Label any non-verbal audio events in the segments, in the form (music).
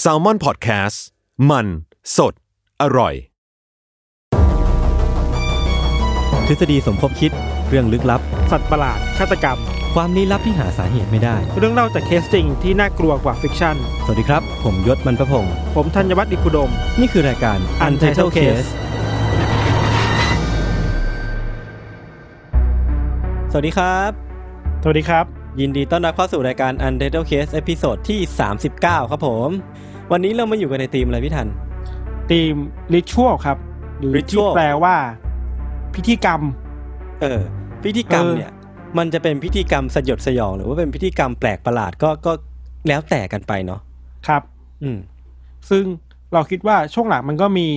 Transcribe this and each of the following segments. แซลมอนพอดแคสต์มันสดอร่อย ทฤษฎีสมคบคิดเรื่องลึกลับ สัตว์ประหลาดฆาตกรรม ความลี้ลับที่หาสาเหตุไม่ได้ เรื่องเล่าจากเคสจริงที่น่ากลัวกว่าฟิกชั่น สวัสดีครับ ผมยศมันประพงศ์ ผมธัญวัฒน์อิพุดม นี่คือรายการ Untitled Case สวัสดีครับ สวัสดีครับ ยินดีต้อนรับเข้าสู่รายการ Untitled Case ตอนที่ 39 ครับผม วันนี้เรามาอยู่กันในธีมอะไรพี่ทัน ทีมริชวลครับ หรือ Ritual ที่แปลว่า พิธีกรรม เออ พิธีกรรม เออ เนี่ย มันจะเป็นพิธีกรรมสยดสยอง หรือว่าเป็นพิธีกรรมแปลกประหลาดก็ก็แล้วแต่กันไปเนาะ ครับ อืม ซึ่งเราคิดว่าช่วงหลังมันก็มี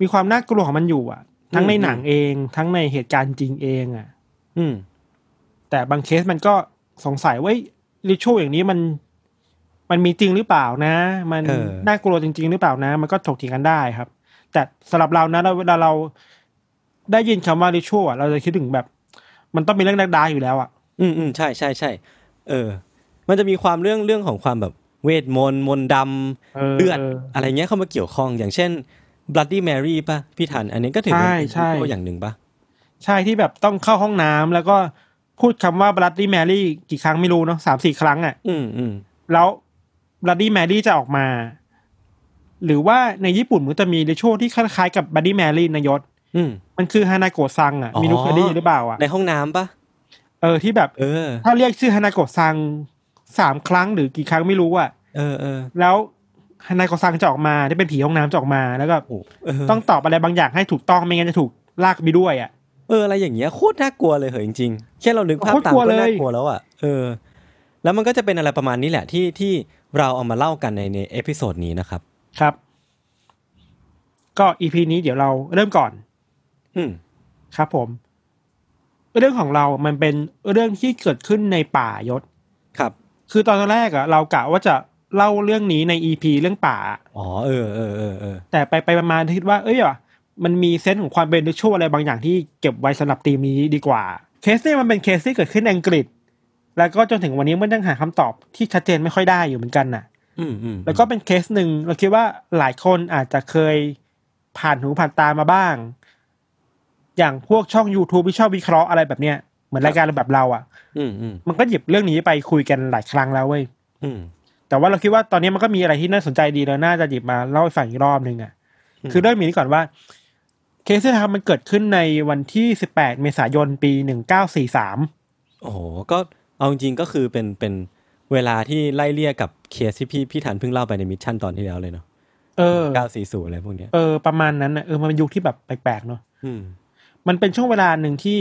มีความน่ากลัวของมันอยู่อะทั้งใน อืม หนังเองทั้งในเหตุการณ์จริงเองอะ อืม แต่บางเคสมันก็สงสัยว่าริชวลอย่างนี้มัน มันมีจริงหรือเปล่านะ มัน เออ น่ากลัวจริง ๆ หรือเปล่านะ มันก็ถกเถียงกันได้ครับ แต่สำหรับเรานะเราเวลาเราได้ยินคำว่าริชวลอะเราจะคิดถึงแบบ มันต้องมีเรื่องดักดาอยู่แล้วอะ อืมอืมใช่ใช่ใช่เออ มันจะมีความเรื่องเรื่องของความแบบเวทมนต์มนต์ดำเลือดอะไรเงี้ยเข้ามาเกี่ยวข้องอย่างเช่น Bloody Mary ป่ะ พี่ทัน อันนี้ก็ถือเป็นเป็นตัวอย่างหนึ่งป่ะ ใช่ที่แบบต้องเข้าห้องน้ำแล้วก็พูดคำว่าบลัดดี้แมรี่กี่ครั้งไม่รู้เนาะสามสี่ครั้งอะ อืมอืม แล้วบัดดี้แมรี่จะออกมา หรือว่าในญี่ปุ่นมันจะมีในช่วงที่คล้ายๆกับบัดดี้แมรี่นายศ อืม มันคือฮานาโกะซังอ่ะ อ๋อ มีนุกเคยได้ยินหรือเปล่าอ่ะ ในห้องน้ำป่ะ เออที่แบบ เออ ถ้าเรียกชื่อฮานาโกะซังสามครั้งหรือกี่ครั้งไม่รู้อ่ะ เออเออ แล้วฮานาโกะซังจะออกมาได้เป็นผีห้องน้ำจะออกมา แล้วก็ โอ้เออ ต้องตอบอะไรบางอย่างให้ถูกต้องไม่งั้นจะถูกลากไปด้วยอ่ะ เอออะไรอย่างเงี้ยโคตรน่ากลัวเลยเหรอจริงๆแค่เรานึกภาพตาม โคตรกลัว ก็ เลย น่ากลัวแล้วอ่ะเออ แล้วมันก็จะเป็นอะไรประมาณนี้แหละที่ที่เราเอามาเล่ากันในในเอพิโซดนี้นะครับ ครับ ก็อีพีนี้เดี๋ยวเราเริ่มก่อน อืม ครับผม เรื่องของเรามันเป็นเรื่องที่เกิดขึ้นในป่ายศ ครับ คือตอนแรกอะเรากะว่าจะเล่าเรื่องนี้ในอีพีเรื่องป่า อ๋อเออเออเออเออ แต่ไปไปมาๆคิดว่าเอ้ยว่ะมันมีเซนส์ของความเป็นริชวลอะไรบางอย่างที่เก็บไว้สำหรับธีมนี้ดีกว่า เคสเนี่ยมันเป็นเคสที่เกิดขึ้นในอังกฤษ แล้วก็จนถึงวันนี้มันยังหาคำตอบที่ชัดเจนไม่ค่อยได้อยู่เหมือนกันน่ะ อืมอืม แล้วก็เป็นเคสหนึ่งเราคิดว่าหลายคนอาจจะเคยผ่านหูผ่านตามาบ้าง อย่างพวกช่อง YouTube ที่ชอบวิเคราะห์อะไรแบบเนี้ยเหมือนรายการแบบเราอะ่ะ อืมอืม มันก็หยิบเรื่องนี้ไปคุยกันหลายครั้งแล้วเว้ย อืม แต่ว่าเราคิดว่าตอนนี้มันก็มีอะไรที่น่าสนใจดีแล้วน่าจะหยิบมาเล่าให้ฟังอีกรอบหนึ่งอ่ะ อืม คือเริ่มมีนี้ก่อนว่า เคสที่ทำมันเกิดขึ้นในวันที่ 18 เมษายนปี 1943 โอ้โหก็เอาจริงๆก็คือเป็นเป็นเวลาที่ไล่เลี่ยกับเคสที่พี่พี่ถันเพิ่งเล่าไปในมิชชั่นตอนที่แล้วเลยเนาะ เออ เก้าสี่ศูนย์อะไรพวกเนี้ย เออ ประมาณนั้นนะเออ มันเป็นยุคที่แบบแปลกๆเนาะ อืม มันเป็นช่วงเวลาหนึ่งที่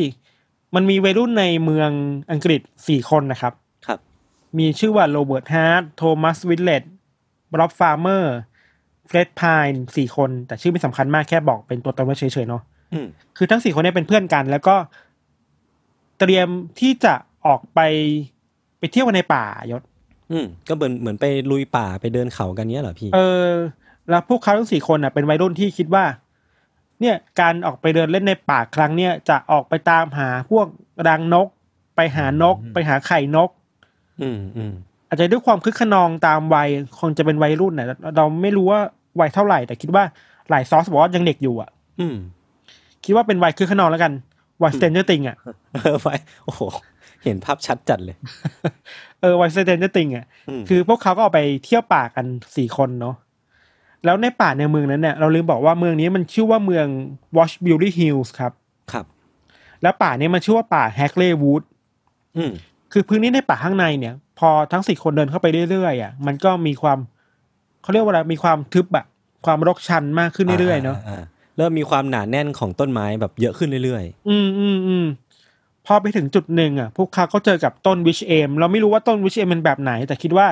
มันมีวัยรุ่นในเมืองอังกฤษ 4 คนนะครับ ครับ มีชื่อว่าโรเบิร์ตฮาร์ดโทมัสวิลเลตบร็อบฟาร์เมอร์ เฟร็ดพายน์สี่คน แต่ชื่อไม่สำคัญมากแค่บอกเป็นตัวตนว่าเฉยๆเนาะ อืม คือทั้งสี่คนเนี้เป็นเพื่อนกัน แล้วก็เตรียมที่จะออกไปไปเที่ยวกันในป่ายศ อืมก็เหมือนเหมือนไปลุยป่าไปเดินเขากันเนี้ยเหรอพี่ เออ แล้วพวกเขาทั้งสี่คนอ่ะเป็นวัยรุ่นที่คิดว่า เนี่ยการออกไปเดินเล่นในป่าครั้งเนี่ยจะออกไปตามหาพวกรังนก ไปหานก อืม ไปหาไข่นก อืมอืม อาจจะด้วยความคึกขนองตามวัยคงจะเป็นวัยรุ่นน่ะเราไม่รู้ว่าวัยเท่าไหร่ แต่คิดว่าหลายซอสบอกว่ายังเด็กอยู่อ่ะ อืม คิดว่าเป็นวัยคึกขนองแล้วกันวัยสเตนเจอร์ติงอ่ะ เออ (laughs) ไว้โอ้โหเห็นภาพชัดจัดเลย เออวัยสเตนเจอร์ติงอ่ะ อืม คือพวกเขาก็ออกไปเที่ยวป่ากันสี่คนเนาะ แล้วในป่าในเมืองนั้นเนี่ยเราลืมบอกว่าเมืองนี้มันชื่อว่าเมือง Washbury Hills ครับ ครับ แล้วป่าเนี้มันชื่อว่าป่า Hackley Wood อืม คือพื้นที่ในป่าข้างในเนี่ย พอทั้งสี่คนเดินเข้าไปเรื่อยๆอ่ะมันก็มีความเขาเรียกว่าอะไรมีความทึบอะความรกชันมากขึ้นเรื่อยๆเนาะ าเริ่มมีความหนาแน่นของต้นไม้แบบเยอะขึ้นเรื่อย อืมอืมอืมพอไปถึงจุดหนึ่งอ่ะ พวกเขาก็เจอกับต้นวิชเอมเราไม่รู้ว่าต้นวิชเอมเป็นแบบไหน แต่คิดว่า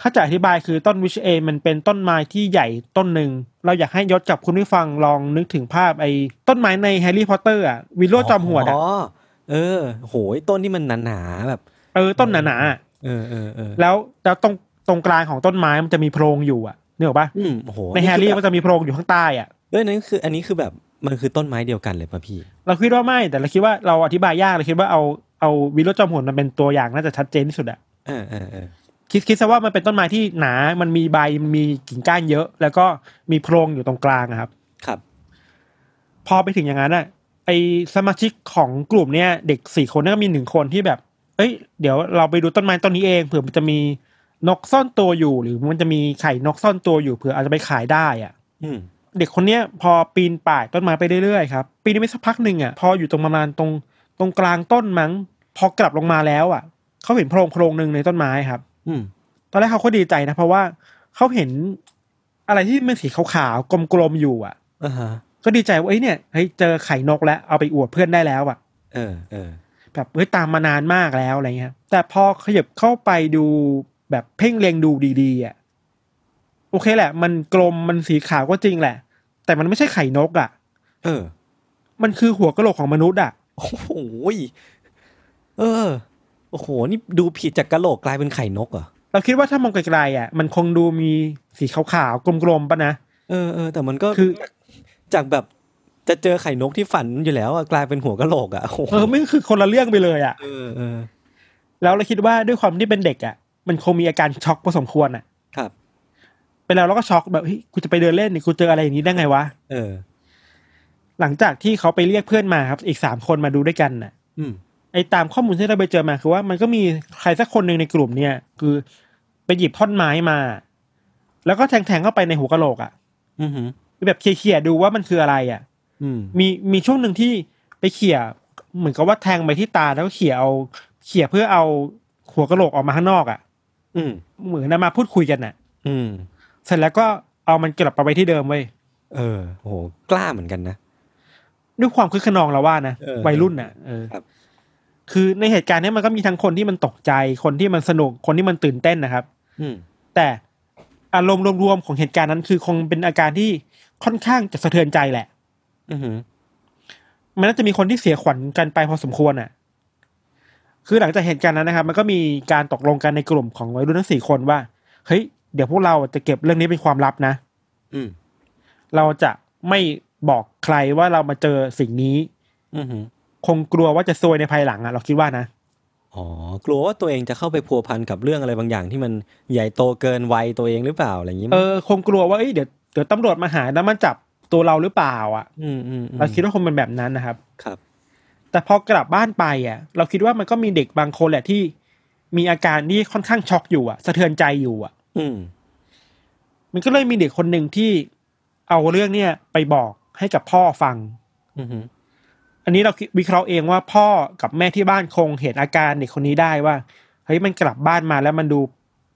ถ้าจะอธิบายคือต้นวิชเอมมันเป็นต้นไม้ที่ใหญ่ต้นหนึ่ง เราอยากให้ยศกับคุณผู้ฟังลองนึกถึงภาพไอ้ต้นไม้ในแฮร์รี่พอตเตอร์อ่ะวิๆลโลจอมหัวด อ๋ อ่ะ อเออโหยต้นที่มันหนาๆแบบ เออต้นหนาๆอะ เออเออเออ แล้วแล้วตรงตรงกลางของต้นไม้มันจะมีโพรงอยู่อ่ะนึกออกปะ อืมโอ้โห ในแฮร์รี่มันจะมีโพรงอยู่ข้างใต้อ่ะ เอ้ยนั่นคืออันนี้คือแบบมันคือต้นไม้เดียวกันเลยป่ะพี่ เราคิดว่าไม่แต่เราคิดว่าเราอธิบายยากเราคิดว่าเอาเอาวิลโลจอมหัวดมันเป็นตัวอย่างน่าจะชัดเจนที่สุดอ่ะ เออเออเออ คิดคิดซะว่ามันเป็นต้นไม้ที่หนา มันมีใบมันมีกิ่งก้านเยอะ แล้วก็มีโพรงอยู่ตรงกลางอะครับ ครับ พอไปถึงอย่างนั้นอ่ะไอสมาชิกของกลุ่มเนี่ยเด็กสี่คนเนยก็มีหนึ่งคนที่แบบ เอ้ย เดี๋ยวเราไปดูต้นไม้ต้นนี้เองเผื่อมันจะมีนกซ่อนตัวอยู่ หรือมันจะมีไข่นกซ่อนตัวอยู่เผื่ออาจจะไปขายได้อ่ะ อืม เด็กคนเนี้ยพอปีนป่ายต้นไม้ไปเรื่อยๆครับปีนไปสักพักหนึ่งอ่ะพออยู่ตรงประมาณตรงตรงกลางต้นมั้ง พอกลับลงมาแล้วอ่ะเขาเห็นโพรงโพรงหนึ่งในต้นไม้ครับ อืม ตอนแรกเขาก็ดีใจนะ เพราะว่าเขาเห็นอะไรที่มันสีขาวๆกลมๆอยู่อ่ะ อ่าฮะ ก็ดีใจว่าเอ้ยเนี่ยเฮ้ยเจอไข่นกแล้วเอาไปอวดเพื่อนได้แล้วอ่ะ เออเออ แบบเฮ้ยตามมานานมากแล้วอะไรเงี้ย แต่พอขยับเข้าไปดูแบบเพ่งเล็งดูดีๆอ่ะโอเคแหละ มันกลมมันสีขาวก็จริงแหละ แต่มันไม่ใช่ไข่นกอ่ะ เออ มันคือหัวกะโหลกของมนุษย์อ่ะ โอ้โหยเออโอ้โหนี่ดูผิดจากกะโหลกกลายเป็นไข่นกเหรอ เราคิดว่าถ้ามองไกลๆอ่ะ มันคงดูมีสีขาวๆกลมๆปะนะ เออเออแต่มันก็ คือ จากแบบจะเจอไข่นกที่ฝันอยู่แล้วอะกลายเป็นหัวกะโหลกอะโอ้โห เออไม่คือคนละเรื่องไปเลยอ่ะ เออเออ แล้วเราคิดว่าด้วยความที่เป็นเด็กอ่ะ มันคงมีอาการช็อกพอสมควรอ่ะ ครับ ไปแล้วเราก็ช็อกแบบเฮ้ยกูจะไปเดินเล่นนี่กูเจออะไรอย่างนี้ได้ไงวะ เออ หลังจากที่เขาไปเรียกเพื่อนมาครับ อีกสามคนมาดูด้วยกันน่ะ อืม ไอ้ตามข้อมูลที่เราไปเจอมาคือว่ามันก็มีใครสักคนหนึ่งในกลุ่มเนี่ย คือไปหยิบท่อนไม้มา แล้วก็แทงๆเข้าไปในหัวกะโหลกอ่ะ อืมหือ แบบเคลียร์ๆดูว่ามันคืออะไรอ่ะ อืม มีมีช่วงหนึ่งที่ไปเขี่ยเหมือนกับว่าแทงไปที่ตาแล้วก็เขี่ยเอาเขี่ยเพื่อเอาหัวกะโหลกออกมาข้างนอกอะ่ะ อืม เหมือนนะมาพูดคุยกันน่ะ อืม เสร็จแล้วก็เอามันกลับไปไว้ที่เดิมเว้ย เออโหกล้าเหมือนกันนะ ด้วยความคึกขนองเราว่านะ เออ วัยรุ่นน่ะเออ ครับ คือในเหตุการณ์เนี้ยมันก็มีทั้งคนที่มันตกใจคนที่มันสนุกคนที่มันตื่นเต้นนะครับ อืม แต่อารมณ์รวมๆของเหตุการณ์นั้นคือคงเป็นอาการที่ค่อนข้างจะสะเทือนใจแหละ อือหือ มันน่าจะมีคนที่เสียขวัญกันไปพอสมควรอ่ะ คือหลังจากเหตุการณ์นั้นนะครับ มันก็มีการตกลงกันในกลุ่มของวัยรุ่นทั้งสี่คนว่า เฮ้ย เดี๋ยวพวกเราจะเก็บเรื่องนี้เป็นความลับนะ อืม เราจะไม่บอกใครว่าเรามาเจอสิ่งนี้ อือหือ คงกลัวว่าจะซวยในภายหลังอ่ะ เราคิดว่านะ อ๋อกลัวว่าตัวเองจะเข้าไปพัวพันกับเรื่องอะไรบางอย่างที่มันใหญ่โตเกินวัยตัวเองหรือเปล่าอะไรอย่างนี้ เออ คงกลัวว่า เอ้ย เดี๋ยว เดี๋ยวตำรวจมาหาแล้วมาจับตัวเราหรือเปล่าอ่ะ อืมอืมอืม เราคิดว่าคงเป็นแบบนั้นนะครับ ครับ แต่พอกลับบ้านไปอ่ะ เราคิดว่ามันก็มีเด็กบางคนแหละที่ มีอาการที่ค่อนข้างช็อกอยู่อ่ะ สะเทือนใจอยู่อ่ะ อืม มันก็เลยมีเด็กคนหนึ่งที่เอาเรื่องเนี่ยไปบอกให้กับพ่อฟัง อือหือ อันนี้เราคิดวิเคราะห์เองว่าพ่อกับแม่ที่บ้านคงเห็นอาการเด็กคนนี้ได้ว่าเฮ้ยมันกลับบ้านมาแล้วมันดู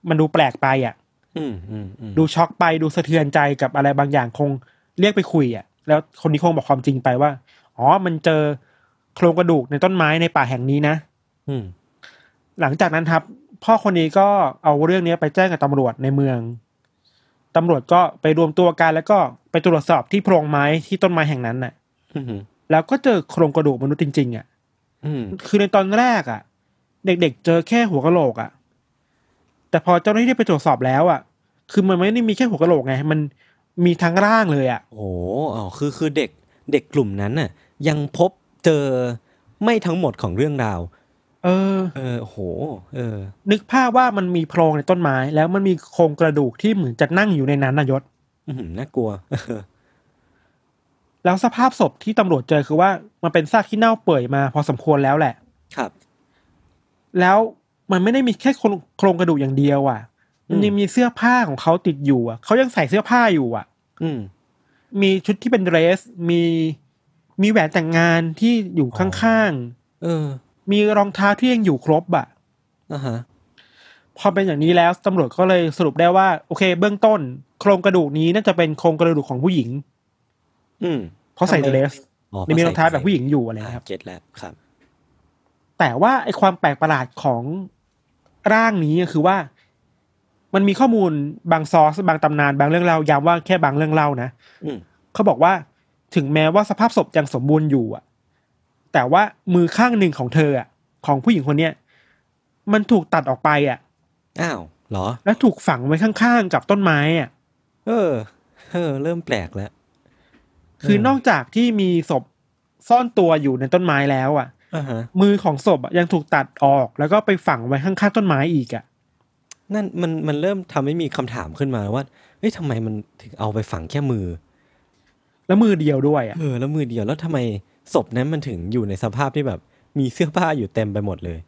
มันดูแปลกไปอ่ะ อืมอืมอืม ดูช็อกไปดูสะเทือนใจกับอะไรบางอย่างคงเรียกไปคุยอ่ะ แล้วคนนี้คงบอกความจริงไปว่าอ๋อมันเจอโครงกระดูกในต้นไม้ในป่าแห่งนี้นะ อืม หลังจากนั้นครับ พ่อคนนี้ก็เอาเรื่องนี้ไปแจ้งกับตำรวจในเมือง ตำรวจก็ไปรวมตัวกันแล้วก็ไปตรวจสอบที่โพรงไม้ที่ต้นไม้แห่งนั้นน่ะ อือหือ แล้วก็เจอโครงกระดูกมนุษย์จริงๆอ่ะ อืม คือในตอนแรกอ่ะ เด็กๆ เจอแค่หัวกะโหลกอ่ะ แต่พอเจ้าหน้าที่ไปตรวจสอบแล้วอ่ะ คือมันไม่ได้มีแค่หัวกะโหลกไง มันมีทั้งร่างเลยอ่ะ โอ้อ๋อคือคือเด็กเด็กกลุ่มนั้นน่ะ ยังพบเจอไม่ทั้งหมดของเรื่องราว เออ เออโห เออ นึกภาพว่ามันมีโพรงในต้นไม้ แล้วมันมีโครงกระดูกที่เหมือนจะนั่งอยู่ในนั้นนายศ อือหือน่ากลัว (laughs) แล้วสภาพศพที่ตำรวจเจอคือว่ามันเป็นซากที่เน่าเปื่อยมาพอสมควรแล้วแหละ ครับ แล้วมันไม่ได้มีแค่โครงโครงกระดูกอย่างเดียวอ่ะ มันยังมีเสื้อผ้าของเขาติดอยู่อ่ะเขายังใส่เสื้อผ้าอยู่อ่ะ อืม มีชุดที่เป็นเดรส มีมีแหวนแต่งงานที่อยู่ อ๋อ ข้าง เออ ๆ มีรองเท้าที่ยังอยู่ครบอ่ะ อ่ะฮะ พอเป็นอย่างนี้แล้วตำรวจก็เลยสรุปได้ว่าโอเค เบื้องต้น โครงกระดูกนี้น่าจะเป็นโครงกระดูกของผู้หญิง อืม เพราะใส่เดรส อ๋อ มีรองเท้าแบบผู้หญิงอยู่อะไร อ่า นะครับ เก็ตแล้วครับ แต่ว่าไอความแปลกประหลาดของร่างนี้ก็คือว่า มันมีข้อมูลบางซอสบางตำนานบางเรื่องเล่าย้ำว่าแค่บางเรื่องเล่านะ อืม เขาบอกว่าถึงแม้ว่าสภาพศพยังสมบูรณ์อยู่อะแต่ว่ามือข้างหนึ่งของเธออะของผู้หญิงคนเนี้ยมันถูกตัดออกไปอะ อ้าวเหรอ แล้วถูกฝังไว้ข้างๆกับต้นไม้อะ เออ เออ เริ่มแปลกแล้ว คือ เออ นอกจากที่มีศพซ่อนตัวอยู่ในต้นไม้แล้วอะ อ่าฮะ มือของศพอะยังถูกตัดออก แล้วก็ไปฝังไว้ข้างๆต้นไม้อีกอะ นั่นมันมันเริ่มทำให้มีคำถามขึ้นมาว่าเอ้ยทำไมมันถึงเอาไปฝังแค่มือ แล้วมือเดียวด้วยอ่ะ เออแล้วมือเดียวแล้วทำไมศพนั้นมันถึงอยู่ในสภาพที่แบบมีเสื้อผ้าอยู่เต็มไปหมดเลย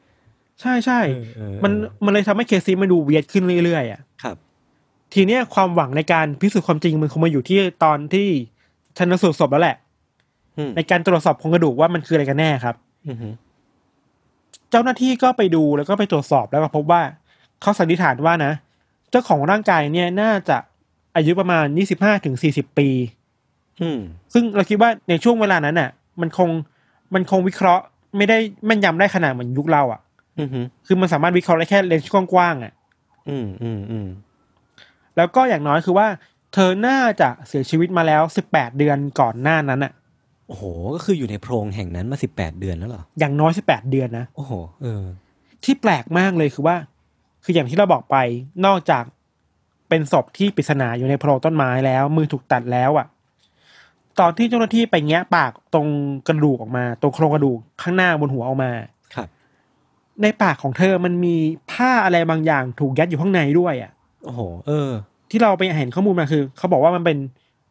ใช่ใช่ เออเออ มันมันเลยทำให้เคสซีมันดูเวียดขึ้นเรื่อยๆอ่ะ ครับ ทีเนี้ยความหวังในการพิสูจน์ความจริงมันคงมาอยู่ที่ตอนที่ชันสูตรศพแล้วแหละ อืม ในการตรวจสอบโครงกระดูกว่ามันคืออะไรกันแน่ครับ อือฮึ เจ้าหน้าที่ก็ไปดูแล้วก็ไปตรวจสอบแล้วก็พบว่าเขาสันนิษฐานว่านะ เจ้าของร่างกายเนี่ยน่าจะอายุประมาณ 25ถึง40 ปี อืม ซึ่งเราคิดว่าในช่วงเวลานั้นน่ะ มันคงมันคงวิเคราะห์ ไม่ได้แม่นยำได้ขนาดเหมือนยุคเราอะ่ะ อือฮึ คือมันสามารถวิเคราะห์ได้แค่เลนส์กว้างๆอะ่ะ อืมอืมอืม แล้วก็อย่างน้อยคือว่า เธอน่าจะเสียชีวิตมาแล้ว 18 เดือนก่อนหน้านั้นอ่ะ โอ้โหก็คืออยู่ในโพรงแห่งนั้นมาสิบแปดเดือนแล้วเหรอ อย่างน้อย 18 เดือนนะ โอ้โห เออ ที่แปลกมากเลยคือว่า คืออย่างที่เราบอกไป นอกจากเป็นศพที่ปริศนาอยู่ในโพรงต้นไม้แล้ว มือถูกตัดแล้วอะ่ะ ตอนที่เจ้าหน้าที่ไปแงะปากตรงกระดูกออกมา ตรงโครงกระดูกข้างหน้าบนหัวออกมา ครับ ในปากของเธอมันมีผ้าอะไรบางอย่างถูกยัดอยู่ข้างในด้วยอะ่ะ โอ้โห เออ ที่เราไปเห็นข้อมูลมาคือ เขาบอกว่ามันเป็น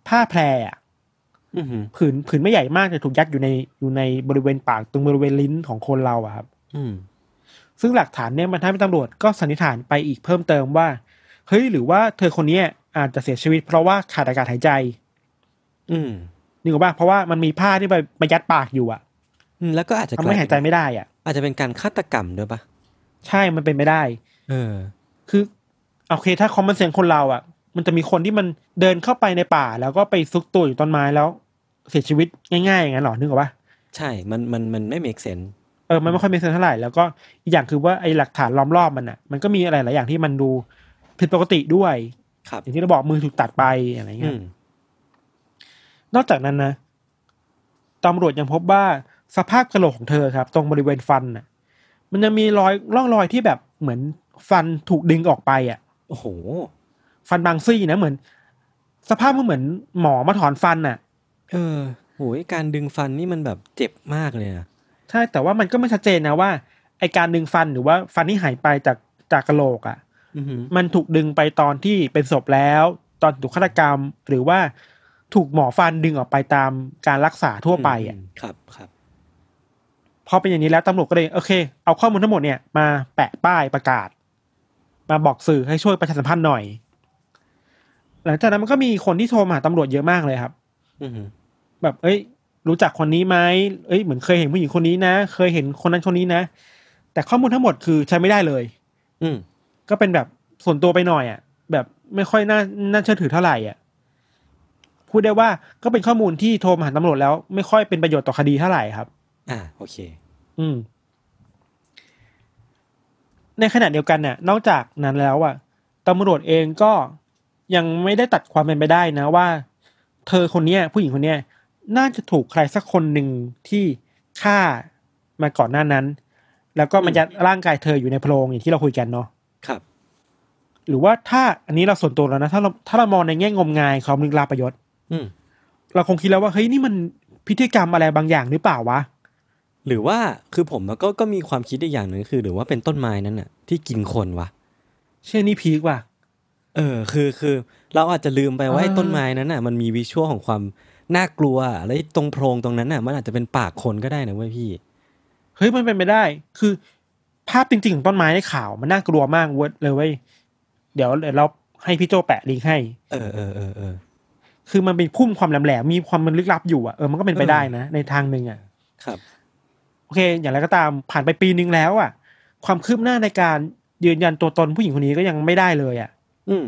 ผ้าแพรอะ อือฮึ ผืนผืนไม่ใหญ่มากแต่ถูกยัดอยู่ในอยู่ในบริเวณปากตรงบริเวณลิ้นของคนเราอะครับ อืม ซึ่งหลักฐานเนี่ยมันทำให้ตำรวจก็สันนิษฐานไปอีกเพิ่มเติมว่า เฮ้ยหรือว่าเธอคนเนี้ยอาจจะเสียชีวิตเพราะว่าขาดอากาศหายใจ อืม นึกออกป่ะเพราะว่ามันมีผ้าที่ไปไปยัดปากอยู่อะ อืมแล้วก็อาจจะ ทำให้หายใจไม่ได้อะ อาจจะเป็นการฆาตกรรมด้วยปะ ใช่มันเป็นไม่ได้ เออ คือโอเคถ้าคอมมอนเซนคนเราอะมันจะมีคนที่มันเดินเข้าไปในป่า แล้วก็ไปซุกตัวอยู่ต้นไม้แล้ว เสียชีวิตง่ายๆอย่างนั้นหรอนึกออกป่ะ ใช่ มัน มัน มันไม่ make sense เออมันไม่ค่อยมีเซนเท่าไหร่แล้วก็อีกอย่างคือว่าไอ้หลักฐานล้อมรอบมันอะมันก็มีอะไรหลายอย่างที่มันดูผิดปกติด้วย ครับ อย่างที่เราบอกมือถูกตัดไปอะไร อื เงี้ย ม นอกจากนั้นนะตำรวจยังพบว่าสภาพกระโหลกของเธอครับ ตรงบริเวณฟันน่ะ มันยังมีรอยร่องรอยที่แบบเหมือนฟันถูกดึงออกไปอ่ะ โอ้โห ฟันบางซี่นะเหมือน สภาพมันเหมือนหมอมาถอนฟันน่ะ เออโหยการดึงฟันนี่มันแบบเจ็บมากเลยนะ ใช่แต่ว่ามันก็ไม่ชัดเจนนะว่าไอการดึงฟันหรือว่าฟันที่หายไปจากจากกระโหลกอ่ะ อือหือ มันถูกดึงไปตอนที่เป็นศพแล้ว ตอนถูกฆาตกรรม หรือว่าถูกหมอฟันดึงออกไปตามการรักษาทั่วไปอ่ะ มครับ ครับ พอเป็นอย่างนี้แล้วตำรวจก็เลยโอเค เอาข้อมูลทั้งหมดเนี่ยมาแปะป้ายประกาศ มาบอกสื่อให้ช่วยประชาสัมพันธ์หน่อย หลังจากนั้นมันก็มีคนที่โทรมาหาตำรวจเยอะมากเลยครับ อือหือ แบบ เอ้ย รู้จักคนนี้ไหมเอ้ยเหมือนเคยเห็นผู้หญิงคนนี้นะ เคยเห็นคนนั้นคนนี้นะ แต่ข้อมูลทั้งหมดคือใช้ไม่ได้เลย อืม ก็เป็นแบบส่วนตัวไปหน่อยอะ่ะ แบบไม่ค่อยน่าน่าเชื่อถือเท่าไหร่อ่ะพูดได้ว่าก็เป็นข้อมูลที่โทรมาหาตำรวจแล้ว ไม่ค่อยเป็นประโยชน์ต่อคดีเท่าไหร่ครับ อ่า โอเค อืม ในขณะเดียวกันน่ะ นอกจากนั้นแล้วอ่ะตำรวจเองก็ยังไม่ได้ตัดความเป็นไปได้นะว่า เธอคนเนี้ย ผู้หญิงคนเนี้ย น่าจะถูกใครสักคนหนึ่งที่ฆ่ามาก่อนหน้านั้น แล้วก็มันยัดร่างกายเธออยู่ในโพรงอย่างที่เราคุยกันเนาะ ครับ หรือว่าถ้าอันนี้เราส่วนตัวแล้วนะ ถ้าเราถ้าเรามองในแง่งมงายความลึกลาประยศ อืม เราคงคิดแล้วว่าเฮ้ยนี่มันพิธีกรรมอะไรบางอย่างหรือเปล่าวะ หรือว่า คือผมมันก็ ก็มีความคิดอีกอย่างหนึ่งคือ หรือว่าเป็นต้นไม้นั้นน่ะ ที่กินคนวะ เช่นนี่พีกว่ะ เออ คือ คือ เราอาจจะลืมไปว่าไอ้ อ่า ต้นไม้นั้นน่ะ มันมีวิชวลของความน่ากลัว แล้วไอ้ตรงโพรงตรงนั้นน่ะ มันอาจจะเป็นปากคนก็ได้นะเว้ยพี่ เฮ้ยมันเป็นไปได้ คือภาพจริงๆของต้นไม้ในข่าวมันน่ากลัวมากเว้ยเลยเว้ย เดี๋ยวเดี๋ยวเราให้พี่โจแปะลิงก์ให้ เออเออเออเออ คือมันเป็นพุ่มความแหลมๆมีความมันลึกลับอยู่อ่ะ เออ มันก็เป็นไป เออ ได้นะ ในทางหนึ่งอ่ะ ครับ โอเค อย่างไรก็ตามผ่านไปปีนึงแล้วอ่ะ ความคืบหน้าในการยืนยันตัวตนผู้หญิงคนนี้ก็ยังไม่ได้เลยอ่ะ อืม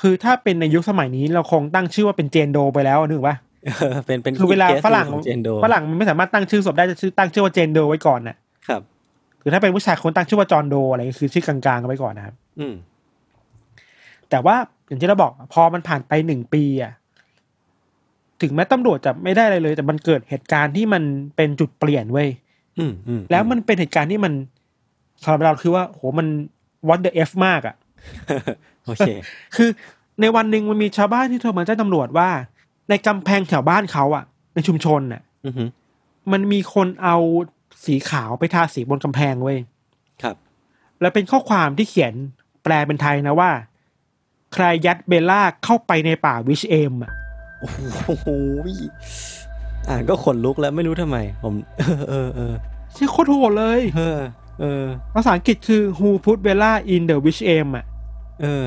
คือถ้าเป็นในยุคสมัยนี้เราคงตั้งชื่อว่าเป็นเจนโดไปแล้วนึกว่า เออ เป็น เป็น คือเวลาฝรั่ง เจนโด ฝรั่งมันไม่สามารถตั้งชื่อศพได้จะชื่อตั้งชื่อว่าเจนโดไว้ก่อนน่ะ ครับ หรือถ้าเป็นผู้ชายคนตั้งชื่อว่าจอห์นโดอะไรก็คือชื่อกลางๆไว้ก่อนนะครับ อืม แต่ว่าอย่างที่เราบอกพอมันผ่านไปหนึ่งปีอะถึงแม้ตำรวจจะไม่ได้อะไรเลย แต่มันเกิดเหตุการณ์ที่มันเป็นจุดเปลี่ยนเว้ย อืมอืม แล้วมันเป็นเหตุการณ์ที่มันสำหรับเราคือว่าโหมัน what the f มากอะ (laughs) โอเค คือในวันหนึ่งมันมีชาวบ้านที่โทรมาแจ้งตำรวจว่า ในกำแพงแถวบ้านเขาอะในชุมชนน่ะ อือหือ มันมีคนเอาสีขาวไปทาสีบนกำแพงเว้ย ครับ แล้วเป็นข้อความที่เขียน แปลเป็นไทยนะว่า ใครยัดเบลล่าเข้าไปในป่าวิชเอมอ่ะ โอ้โหอ่านก็ขนลุกแล้วไม่รู้ทำไม ผม (laughs) เออเออเออ ที่โคตรโหดเลย เออเออ ภาษาอังกฤษคือ who put Bella in the wish aim อ่ะ เออ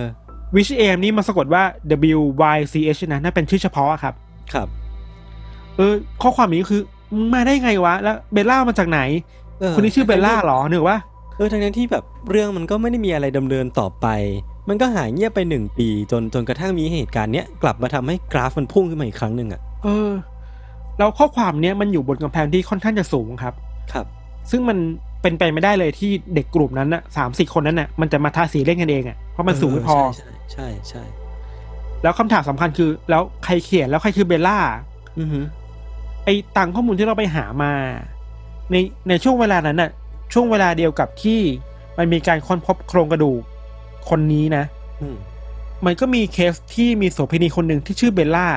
wish aim นี่มันสะกดว่า w y c h นะนั่นเป็นชื่อเฉพาะอะครับ ครับ เออ ข้อความนี้คือมึงมาได้ไงวะ แล้วเบลล่ามาจากไหน เออ คนนี้ชื่อเบลล่าเหรอหนึ่งวะ เออทั้งนั้นที่แบบเรื่องมันก็ไม่ได้มีอะไรดำเนินต่อไป มันก็หายเงียบไปหนึ่งปีจนจนกระทั่งมีเหตุการณ์เนี้ยกลับมาทำให้กราฟมันพุ่งขึ้นมาอีกครั้งหนึ่งอ่ะ เออ แล้วข้อความเนี้ยมันอยู่บนกำแพงที่ค่อนข้างจะสูงครับ ครับ ซึ่งมันเป็นไปไม่ได้เลยที่เด็กกลุ่มนั้นน่ะสามสี่คนนั้นน่ะมันจะมาทาสีเล่นกันเองอ่ะเพราะมันสูงไม่พอ ใช่ใช่ใช่ใช่ แล้วคำถามสำคัญคือ แล้วใครเขียนแล้วใครคือเบลล่า อือหือ ไอ้ตังข้อมูลที่เราไปหามา ในในช่วงเวลานั้นน่ะ ช่วงเวลาเดียวกับที่มันมีการค้นพบโครงกระดูกคนนี้นะ อืม มันก็มีเคสที่มีโสเภณีคนหนึ่งที่ชื่อเบลล่า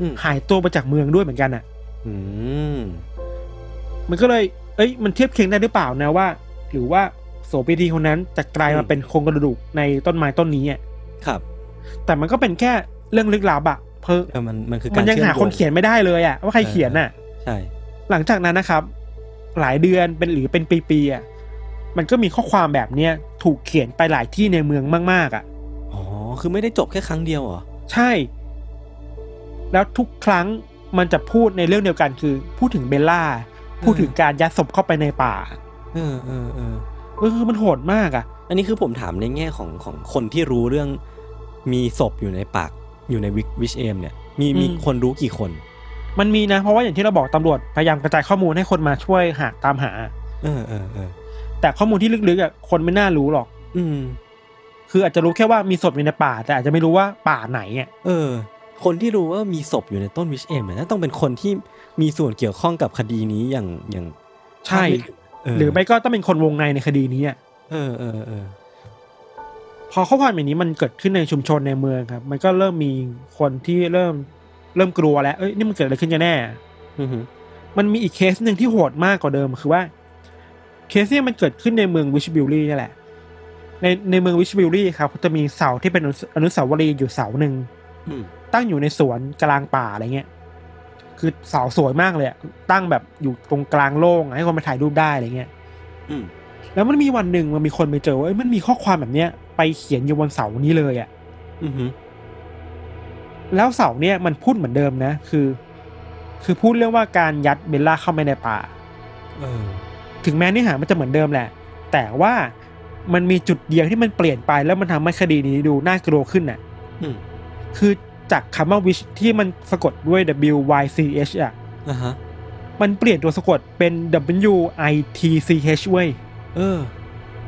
อืม หายตัวไปจากเมืองด้วยเหมือนกันอ่ะ อืม มันก็เลย เอ้ย มันเทียบเคียงได้หรือเปล่านะว่า หรือว่าโสเภณีคนนั้นจะกลายมาเป็นโครงกระดูกในต้นไม้ต้นนี้อ่ะ ครับ แต่มันก็เป็นแค่เรื่องลึกลับอ่ะ เพอ เออมันมันคือก มั การ นยังหาคนเขียนไม่ได้เลยอ่ะ ว่าใครเขียนอ่ะ ใช่ หลังจากนั้นนะครับ หลายเดือนเป็นหรือเป็นปีๆอ่ะมันก็มีข้อความแบบเนี้ยถูกเขียนไปหลายที่ในเมืองมาก ๆ อ่ะ อ๋อคือไม่ได้จบแค่ครั้งเดียวเหรอ ใช่ แล้วทุกครั้งมันจะพูดในเรื่องเดียวกันคือ พูดถึงเบลล่า พูดถึงการยัดศพเข้าไปในป่า เออเออเออ เออมันโหดมากอ่ะ อันนี้คือผมถามในแง่ของของคนที่รู้เรื่อง มีศพอยู่ในปากอยู่ในวิวิชเอมเนี่ย มีมี อืม คนรู้กี่คน มันมีนะ เพราะว่าอย่างที่เราบอกตำรวจพยายามกระจายข้อมูลให้คนมาช่วยหาตามหา เออเออเออ แต่ข้อมูลที่ลึกๆอ่ะคนไม่น่ารู้หรอก อืม คืออาจจะรู้แค่ว่ามีศพอยู่ในป่า แต่อาจจะไม่รู้ว่าป่าไหนอ่ะ เออ คนที่รู้ว่ามีศพอยู่ในต้นวิชเอมเนี่ยน่าต้องเป็นคนที่มีส่วนเกี่ยวข้องกับคดีนี้อย่างอย่าง ใช่ เ หรือไม่ก็ต้องเป็นคนวงในในคดีนี้อ่ะ เออเออเออ พอข้อความแบบนี้มันเกิดขึ้นในชุมชนในเมืองครับ มันก็เริ่มมีคนที่เริ่มเริ่มกลัวแล้ว เอ้ยนี่มันเกิดอะไรขึ้นกันแน่ อือหือ มันมีอีกเคสหนึ่งที่โหดมากกว่าเดิมคือว่า เคสเนี่ยมันเกิดขึ้นในเมืองวิชบิลลี่นี่แหละ ในในเมืองวิชบิลลี่ครับจะมีเสาที่เป็นอนุสอนุสาวรีย์อยู่เสาหนึ่ง อืม ตั้งอยู่ในสวนกลางป่าอะไรเงี้ย คือเสาสวยมากเลยอะตั้งแบบอยู่ตรงกลางโล่งอะให้คนมาถ่ายรูปได้อะไรเงี้ย อืม แล้วมันมีวันหนึ่งมันมีคนไปเจอว่าเอ้ยมันมีข้อความแบบเนี้ยไปเขียนอยู่บนเสานี้เลยอ่ะ อือหือ แล้วเสาเนี่ยมันพูดเหมือนเดิมนะ คือ คือพูดเรื่องว่าการยัดเบลล่าเข้าไปในป่า เออ ถึงแม้เนื้อหามันจะเหมือนเดิมแหละ แต่ว่ามันมีจุดเดียวที่มันเปลี่ยนไปแล้วมันทำให้คดีนี้ดูน่ากลัวขึ้นน่ะ อืม คือจากคำว่า wish ที่มันสะกดด้วย w y c h อ่ะ อ่ะฮะ มันเปลี่ยนตัวสะกดเป็น w i t c h เว้ย เออ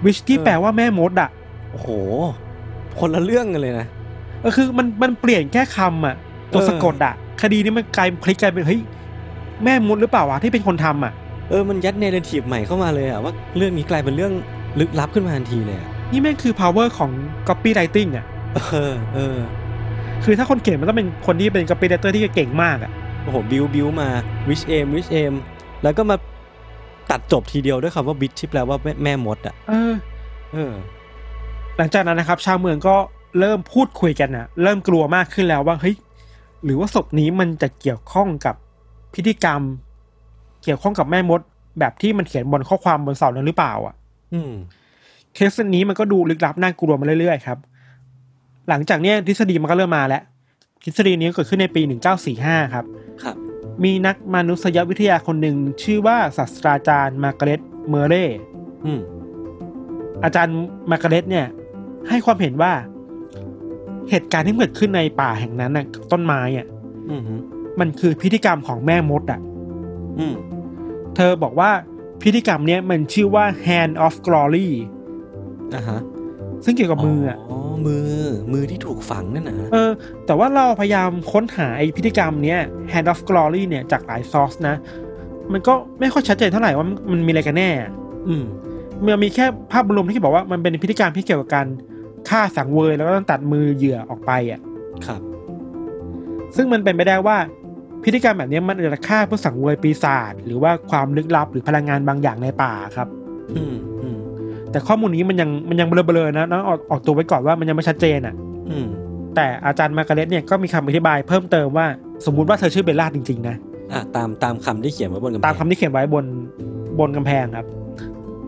wish ที่ เออ แปลว่าแม่มดอ่ะ โอ้โห คนละเรื่องกันเลยนะ ก็คือมันมันเปลี่ยนแค่คำอ่ะ ตัวสะกดอ่ะ คดีนี้มันกลายพลิกกลายเป็นเฮ้ยแม่มดหรือเปล่าวะที่เป็นคนทำอ่ะ เออ มันยัดเนเรทีฟใหม่เข้ามาเลยอะว่าเรื่องนี้กลายเป็นเรื่องลึกลับขึ้นมาทันทีเลยอะ นี่แม่งคือ power ของ copywriting อ่ะ เออ เออ คือถ้าคนเขียนมันต้องเป็นคนที่เป็น copywriter ที่เก่งมากอ่ะ โอ้โห บิวบิวมาวิชเอมวิชเอมแล้วก็มาตัดจบทีเดียวด้วยคำว่าบิชที่แปลว่าแม่แม่มดอะ เออ เออ หลังจากนั้นนะครับ ชาวเมืองก็เริ่มพูดคุยกันนะเริ่มกลัวมากขึ้นแล้วว่า เฮ้ย หรือว่าศพนี้มันจะเกี่ยวข้องกับพิธีกรรม เกี่ยวข้องกับแม่มด แบบที่มันเขียนบนข้อความบนเสานั้นหรือเปล่าอ่ะ อืม เคสนี้มันก็ดูลึกลับน่ากลัวมาเรื่อยๆครับ หลังจากเนี้ยทฤษฎีมันก็เริ่มมาแล้ว ทฤษฎีนี้เกิดขึ้นในปี 1945 ครับ ครับ มีนักมนุษยวิทยาคนหนึ่งชื่อว่าศาสตราจารย์มาร์กาเร็ตเมอร์เร่ อืม อาจารย์มาร์กาเร็ตเนี่ย ให้ความเห็นว่า เหตุการณ์ที่เกิดขึ้นในป่าแห่งนั้นน่ะกับต้นไม้อ่ะ อืมฮึ มันคือพิธีกรรมของแม่มดอ่ะ อืม เธอบอกว่าพิธีกรรมเนี้ยมันชื่อว่า hand of glory อ่ะฮะ ซึ่งเกี่ยวกับมืออ่ะ อ๋อ มือ มือที่ถูกฝังนั่นนะ เออ แต่ว่าเราพยายามค้นหาไอ้พิธีกรรมเนี้ย hand of glory เนี่ยจากหลายซอสนะ มันก็ไม่ค่อยชัดเจนเท่าไหร่ว่ามันมีอะไรกันแน่ อืม มันมีแค่ภาพรวมที่บอกว่ามันเป็นพิธีกรรมที่เกี่ยวกับการฆ่าสังเวยแล้วก็ต้องตัดมือเหยื่อออกไปอ่ะ ครับ ซึ่งมันเป็นไปได้ว่าพิธีกรรมแบบนี้มันอาจจะฆ่าเพื่อสังเวยปีศาจหรือว่าความลึกลับหรือพลังงานบางอย่างในป่าครับ อืม อืม แต่ข้อมูลนี้มันยังมันยังเบลอๆนะน้องออกออกตัวไว้ก่อนว่ามันยังไม่ชัดเจนอ่ะ อืม แต่อาจารย์มาร์กาเร็ตเนี่ยก็มีคำอธิบายเพิ่มเติมว่าสมมุติว่าเธอชื่อเบลล่าจริงๆนะ อ่ะตามตามคำที่เขียนไว้บนกำแพง ตามคำที่เขียนไว้บนบนกำแพงครับ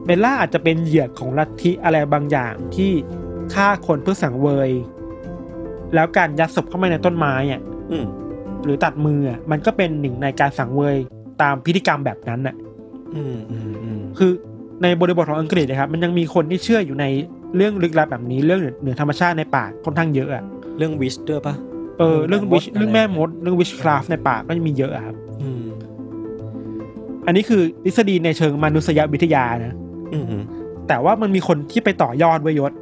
เบลล่าอาจจะเป็นเหยื่อของลัทธิอะไรบางอย่างที่ฆ่าคนเพื่อสังเวย แล้วการยัดศพเข้าไปในต้นไม้อ่ะ อืม หรือตัดมืออะมันก็เป็นหนึ่งในการสังเวยตามพิธีกรรมแบบนั้นน่ะ อืมอืมอืม คือในบริบทของอังกฤษนะครับ มันยังมีคนที่เชื่ออยู่ในเรื่องลึกลับแบบนี้เรื่องเหนือธรรมชาติในป่าค่อนข้างเยอะอะ เรื่องวิชด้วยปะ เออเรื่อง เรื่อง วิช mode เรื่องแม่มดเรื่องวิชคราฟในป่าก็ยังมีเยอะอะครับ อืม อันนี้คือทฤษฎีในเชิงมนุษยวิทยานะ อืมอืม แต่ว่ามันมีคนที่ไปต่อยอดเวยยศ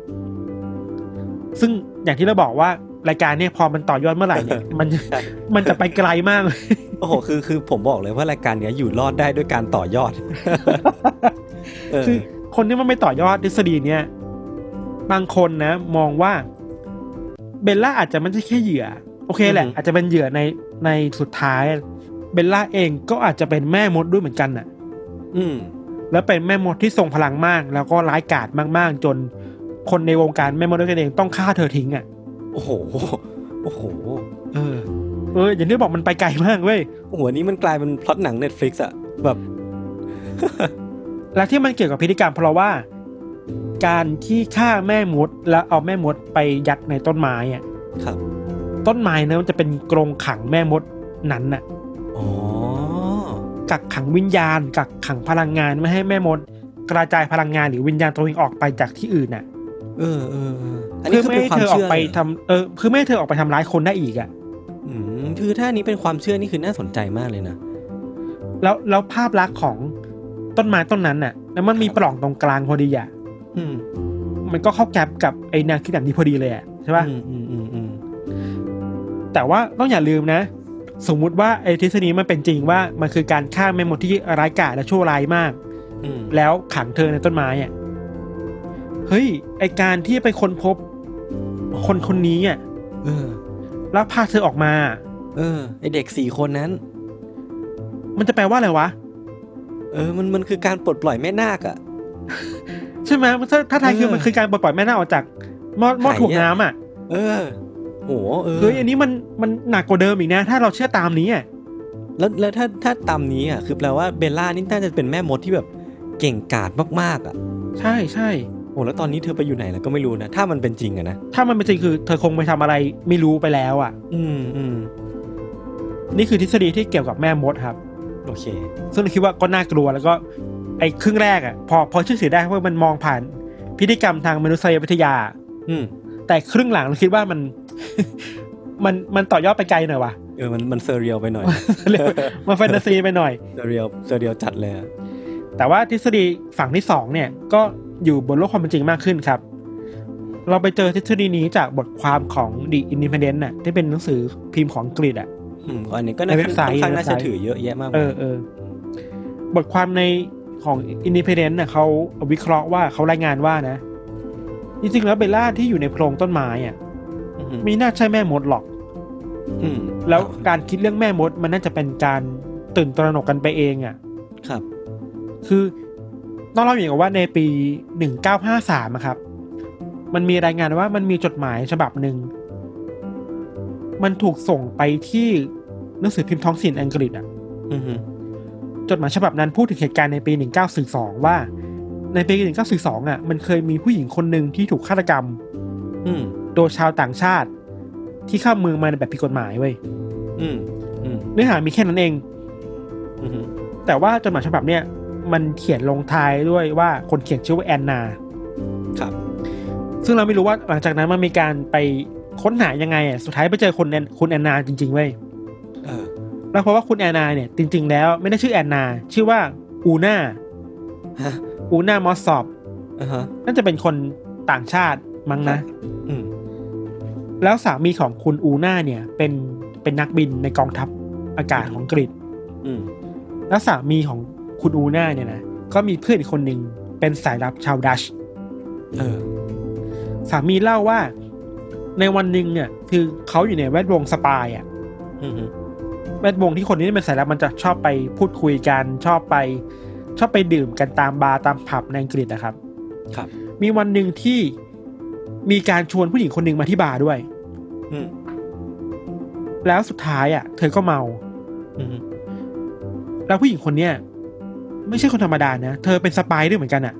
ซึ่งอย่างที่เราบอกว่ารายการเนี่ยพอมันต่อยอดเมื่อไหร่เนี่ยมัน ใช่ มันจะไป (laughs) ไกลมากเลย โอ้โหคือคือผมบอกเลยว่ารายการเนี้ยอยู่รอดได้ด้วยการต่อยอด (laughs) เออ คือ คนที่มันไม่ต่อยอดทฤษฎีเนี่ยบางคนนะ มองว่าเบลล่าอาจจะไม่ใช่แค่เหยื่อ โอเคแหละ อาจจะเป็นเหยื่อในในสุดท้าย เบลล่าเองก็อาจจะเป็นแม่มดด้วยเหมือนกันน่ะ อืม แล้วเป็นแม่มดที่ทรงพลังมาก แล้วก็ร้ายกาจมาก ๆ จนคนในวงการแม่มดด้วยกันเองต้องฆ่าเธอทิ้งอ่ะ โอ้โหโอ้โห เออ เออ อย่างที่บอกมันไปไกลมากเว้ย โอ้โหอันนี้มันกลายเป็นพล็อตหนังเน็ตฟลิกซ์อะแบบ และที่มันเกี่ยวกับพฤติกรรมเพราะว่า การที่ฆ่าแม่มดแล้วเอาแม่มดไปยัดในต้นไม้อะ ครับ ต้นไม้นะมันจะเป็นกรงขังแม่มดนั้นน่ะ อ๋อ กักขังวิญญาณ กักขังพลังงานไม่ให้แม่มด กระจายพลังงานหรือวิญญาณตัวเองออกไปจากที่อื่นน่ะ เออเออเอออัน เพื่ นี้คืออไม่ เป็น ให้ ความ เธอออ เชื่ ก อ ไป เหร ทำเออเพื่อไม่ให้เธอออกไปทำร้ายคนได้อีกอ่ะ อืมคือถ้าอันนี้เป็นความเชื่อนี่คือน่าสนใจมากเลยนะ แล้วแล้วภาพลักษณ์ของต้นไม้ต้นนั้นน่ะ แล้วมันมีปล่องตรงกลางพอดีอ่ะ อืม มันก็เข้าแก็บกับไอ้แนวคิดแบบนี้พอดีเลยอ่ะใช่ปะ อืมอืมอืมอืม แต่ว่าต้องอย่าลืมนะ สมมุติว่าไอ้ทฤษฎีมันเป็นจริงว่ามันคือการฆ่าแมมมดที่ร้ายกาจและชั่วร้ายมาก อืม แล้วขังเธอในต้นไม้อ่ะเฮ้ยไอการที่ไปค้นพบคนคนนี้อ่ะ เออ แล้วพาเธอออกมา เออ ไอเด็กสี่คนนั้น มันจะแปลว่าอะไรวะ เออ มันมันคือการปลดปล่อยแม่นาคอะ ใช่ไหมมันถ้าถ้าไทยคือ เออ มันคือการปลดปล่อยแม่นาคออกจากหมอดมอด ไข่ ถ่วง เนี่ย น้ำอ่ะ เออโหเออ เฮ้ยอันนี้มันมันหนักกว่าเดิมอีกนะ ถ้าเราเชื่อตามนี้อ่ะ แล้วแล้วถ้าถ้าตามนี้อะคือแปลว่าเบลล่านี่น่าจะเป็นแม่มดที่แบบเก่งกาจมากๆอะ ใช่ใช่ โอ้แล้วตอนนี้เธอไปอยู่ไหนแล้วก็ไม่รู้นะ ถ้ามันเป็นจริงอะนะ ถ้ามันเป็นจริงคือ เธอคงไปทำอะไรไม่รู้ไปแล้วอ่ะ อืมอืม นี่คือทฤษฎีที่เกี่ยวกับแม่มดครับ โอเค ซึ่งเราคิดว่าก็น่ากลัวแล้วก็ไอ้ครึ่งแรกอ่ะพอพอชื่อเสียได้เพราะมันมองผ่านพฤติกรรมทางมนุษยวิทยา อืม แต่ครึ่งหลังเราคิดว่ามัน (laughs) มันมันต่อยอดไปไกลหน่อยว่ะ เออมันมันเซเรียลไปหน่ (laughs) อย มันแฟนตาซีไปหน่อย เซเรียลเซเรียลจัดเลยอะ แต่ว่าทฤษฎีฝั่งที่สองเนี่ยก็อยู่บนโลกความเป็นจริงมากขึ้นครับ เราไปเจอทฤษฎีนี้จากบทความของ The Independent น่ะที่เป็นหนังสือพิมพ์ของอังกฤษอ่ะ อืมอันนี้ก็น่า ในเว็บไซต์ ค่อนข้างน่า ในเว็บไซต์ เชื่อถือเยอะแยะมาก เออเออ บทความในของ Independent นะเขาวิเคราะห์ว่าเขารายงานว่านะ จริงๆแล้วเบลล่าที่อยู่ในโพรงต้นไม้อะ อื มีน่าใช่แม่มดหรอก อืม แล้วการคิดเรื่องแม่มดมันน่าจะเป็นการตื่นตระหนกกันไปเองอะ่ะ ครับ คือต้องเล่าอย่างนี้ก่อนว่าในปี 1953อะครับ มันมีรายงานว่ามันมีจดหมายฉบับหนึ่ง มันถูกส่งไปที่หนังสือพิมพ์ท้องถิ่นอังกฤษอ่ะ อืมฮึ จดหมายฉบับนั้นพูดถึงเหตุการณ์ในปี 1942 ว่า ในปี 1942 อ่ะ มันเคยมีผู้หญิงคนหนึ่งที่ถูกฆาตกรรม อืม โดยชาวต่างชาติ ที่เข้าเมืองมาในแบบผิดกฎหมายเว้ย อืมอืม เนื้อหามีแค่นั้นเอง อืมฮึ แต่ว่าจดหมายฉบับเนี้ยมันเขียนลงท้ายด้วยว่าคนเขียนชื่อว่าแอนนา ครับ ซึ่งเราไม่รู้ว่าหลังจากนั้นมันมีการไปค้นหายังไงอ่ะสุดท้ายไปเจอคนแอนคุณแอนนาจริงๆเว้ย เออ แล้วเพราะว่าคุณแอนนาเนี่ยจริง ๆ แล้วไม่ได้ชื่อแอนนา ชื่อว่าอูน่า ฮะ อูน่ามอสซอบ อ่าฮะ น่าจะเป็นคนต่างชาติมั้งนะ อืม แล้วสามีของคุณอูน่าเนี่ยเป็นเป็นนักบินในกองทัพอากาศของอังกฤษ อืม แล้วสามีของคุณอูน่าเนี่ยนะก็มีเพื่อนอีกคนหนึ่งเป็นสายลับชาวดัช เออ สามีเล่าว่าในวันหนึ่งเนี่ยคือเขาอยู่ในแวดวงสปายอะ อืมฮึ แวดวงที่คนนี้เป็นสายลับมันจะชอบไปพูดคุยกันชอบไป ชอบไปดื่มกันตามบาร์ตามผับในอังกฤษนะครับ ครับ มีวันหนึ่งที่มีการชวนผู้หญิงคนหนึ่งมาที่บาร์ด้วย อืม แล้วสุดท้ายอ่ะ เธอก็เมา อืม แล้วผู้หญิงคนเนี้ยไม่ใช่คนธรรมดานะ เธอเป็นสปายด้วยเหมือนกันอ่ะ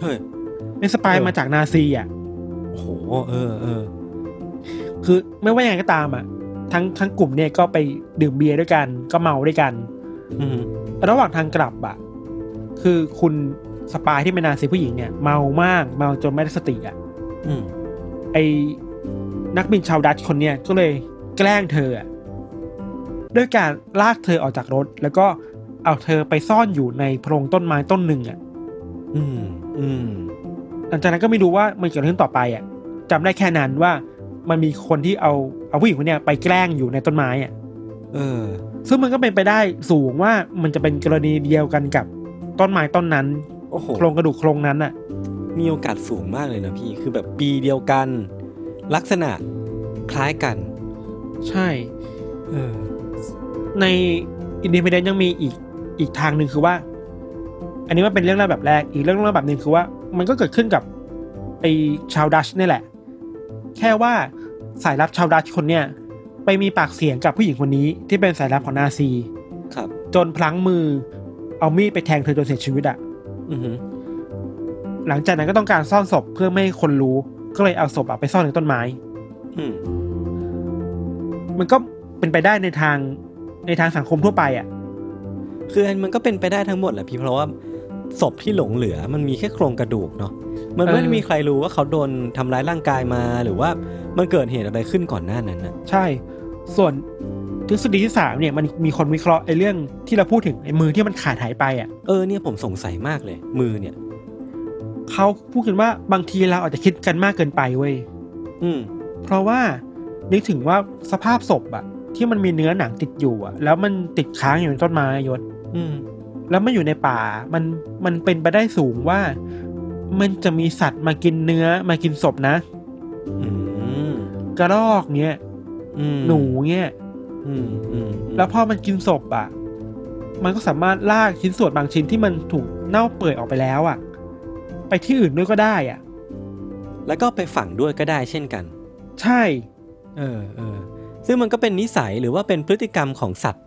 เฮ้ย เป็นสปาย เออ มาจากนาซีอ่ะ โอ้โหเออเออ คือไม่ว่ายังไงก็ตามอ่ะ ทั้งทั้งกลุ่มเนี่ยก็ไปดื่มเบียร์ด้วยกัน ก็เมาด้วยกัน อืม ระหว่างทางกลับอ่ะ คือคุณสปายที่เป็นนาซีผู้หญิงเนี่ย เมามาก เมาจนไม่ได้สติอ่ะ อืม ไอ้นักบินชาวดัตช์คนเนี้ยก็เลยแกล้งเธออะด้วยการลากเธอออกจากรถ แล้วก็เอาเธอไปซ่อนอยู่ในโพรงต้นไม้ต้นหนึ่งอ่ะ อืมอืม หลังจากนั้นก็ไม่รู้ว่ามันเกิดอะไรขึ้นต่อไปอ่ะจำได้แค่นั้นว่ามันมีคนที่เอาเอาผู้หญิงคนเนี้ยไปแกล้งอยู่ในต้นไม้อ่ะ เออ ซึ่งมันก็เป็นไปได้สูงว่ามันจะเป็นกรณีเดียวกันกับต้นไม้ต้นนั้น โอ้โห โครงกระดูกโครงนั้นอ่ะ มีโอกาสสูงมากเลยนะพี่ คือแบบปีเดียวกัน ลักษณะคล้ายกัน ใช่ เออ ในอินดิ e พ d เดนยังมีอีกอีกทางหนึ่งคือว่า อันนี้ว่าเป็นเรื่องเล่าแบบแรก อีกเรื่องเล่าแบบหนึ่งคือว่า มันก็เกิดขึ้นกับไอชาวดัชนี่แหละ แค่ว่าสายลับชาวดัชคนเนี่ยไปมีปากเสียงกับผู้หญิงคนนี้ที่เป็นสายลับของนาซี ครับ จนพลั้งมือเอามีดไปแทงเธอจนเสียชีวิตอะ อือหือ หลังจากนั้นก็ต้องการซ่อนศพเพื่อไม่ให้คนรู้ก็เลยเอาศพอะไปซ่อนในต้นไม้ อืม มันก็เป็นไปได้ในทางในทางสังคมทั่วไปอะ คือมันก็เป็นไปได้ทั้งหมดแหละพี่ เพราะว่าศพที่หลงเหลือ มันมีแค่โครงกระดูกเนาะ มันไม่ได้ เออ มีใครรู้ว่าเขาโดนทำร้ายร่างกายมาหรือว่ามันเกิดเหตุอะไรขึ้นก่อนหน้านั้นนะ ใช่ ส่วนทฤษฎีที่สามเนี่ยมันมีคนวิเคราะห์ไอ้เรื่องที่เราพูดถึงไอ้มือที่มันขาดหายไปอ่ะ เออเนี่ยผมสงสัยมากเลย มือเนี่ย เขาพูดกันว่าบางทีเราอาจจะคิดกันมากเกินไปเว้ย อืม เพราะว่านึกถึงว่าสภาพศพอ่ะที่มันมีเนื้อหนังติดอยู่อ่ะแล้วมันติดค้างอยู่ในต้นไม้อะยศ อืม แล้วมันอยู่ในป่ามันมันเป็นไปได้สูงว่า มันจะมีสัตว์มากินเนื้อมากินศพนะ อืม กระรอกเนี้ย อืม หนูเนี้ย อืมอืมอืม แล้วพอมันกินศพอ่ะ มันก็สามารถลากชิ้นส่วนบางชิ้นที่มันถูกเน่าเปื่อยออกไปแล้วอ่ะ ไปที่อื่นด้วยก็ได้อ่ะ แล้วก็ไปฝังด้วยก็ได้เช่นกัน ใช่ เออเออซึ่งมันก็เป็นนิสัยหรือว่าเป็นพฤติกรรมของสัตว์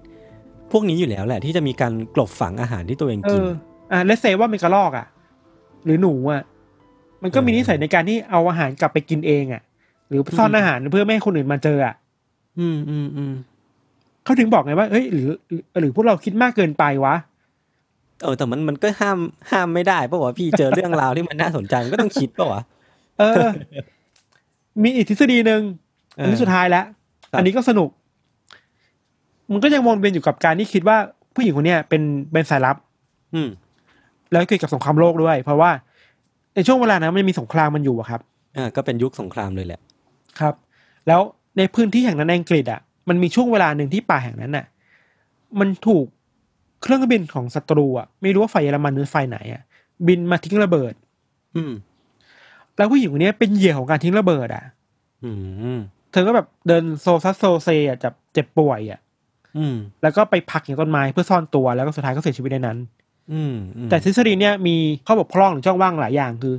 พวกนี้อยู่แล้วแหละที่จะมีการกลบฝังอาหารที่ตัวเอง เอ กิน ออ่ะเลสเซว่ามีกระรอกอ่ะ หรือหนูอ่ะ มันก็มี เออ นิสัยในการที่เอาอาหารกลับไปกินเองอ่ะ หรือซ่อน อืม อาหารเพื่อไม่ให้คนอื่นมาเจออ่ะ อืมอืมอืม เขาถึงบอกไงว่าเอ้ยหรือหรือหรือพวกเราคิดมากเกินไปวะ เออแต่มันมันก็ห้ามห้ามไม่ได้ปะวะพี่เจอเรื่องราวที่มันน่าสนใจมันก็ต้องคิดปะวะ เออ มีอีกทฤษฎีหนึ่ง เอออั อันนี้สุดท้ายแล้ว ครับ อันนี้ก็สนุก มันก็ยังวนเวียนอยู่กับการที่คิดว่าผู้หญิงคนเนี้ยเป็นเป็นสายลับ อืม แล้วเกี่ยวกับสงครามโลกด้วย เพราะว่าในช่วงเวลานั้นมันมีสงครามมันอยู่อะครับ อ่าก็เป็นยุคสงครามเลยแหละ ครับ แล้วในพื้นที่แห่งนั้นในอังกฤษอ่ะ มันมีช่วงเวลาหนึ่งที่ป่าแห่งนั้นอ่ะ มันถูกเครื่องบินของศัตรูอ่ะไม่รู้ว่าฝ่ายเยอรมันหรือฝ่ายไหนอ่ะ บินมาทิ้งระเบิด อืม แล้วผู้หญิงคนเนี้ยเป็นเหยื่อของการทิ้งระเบิดอ่ะ อืม เธอก็แบบเดินโซซัสโซเซอ่ะจับเจ็บป่วยอ่ะ อืม แล้วก็ไปพักอย่างต้นไม้เพื่อซ่อนตัวแล้วก็สุดท้ายก็เสียชีวิตในนั้น อืมอืม แต่ทฤษฎีเนี่ยมีข้อบกพร่องหรือช่องว่างหลายอย่างคือ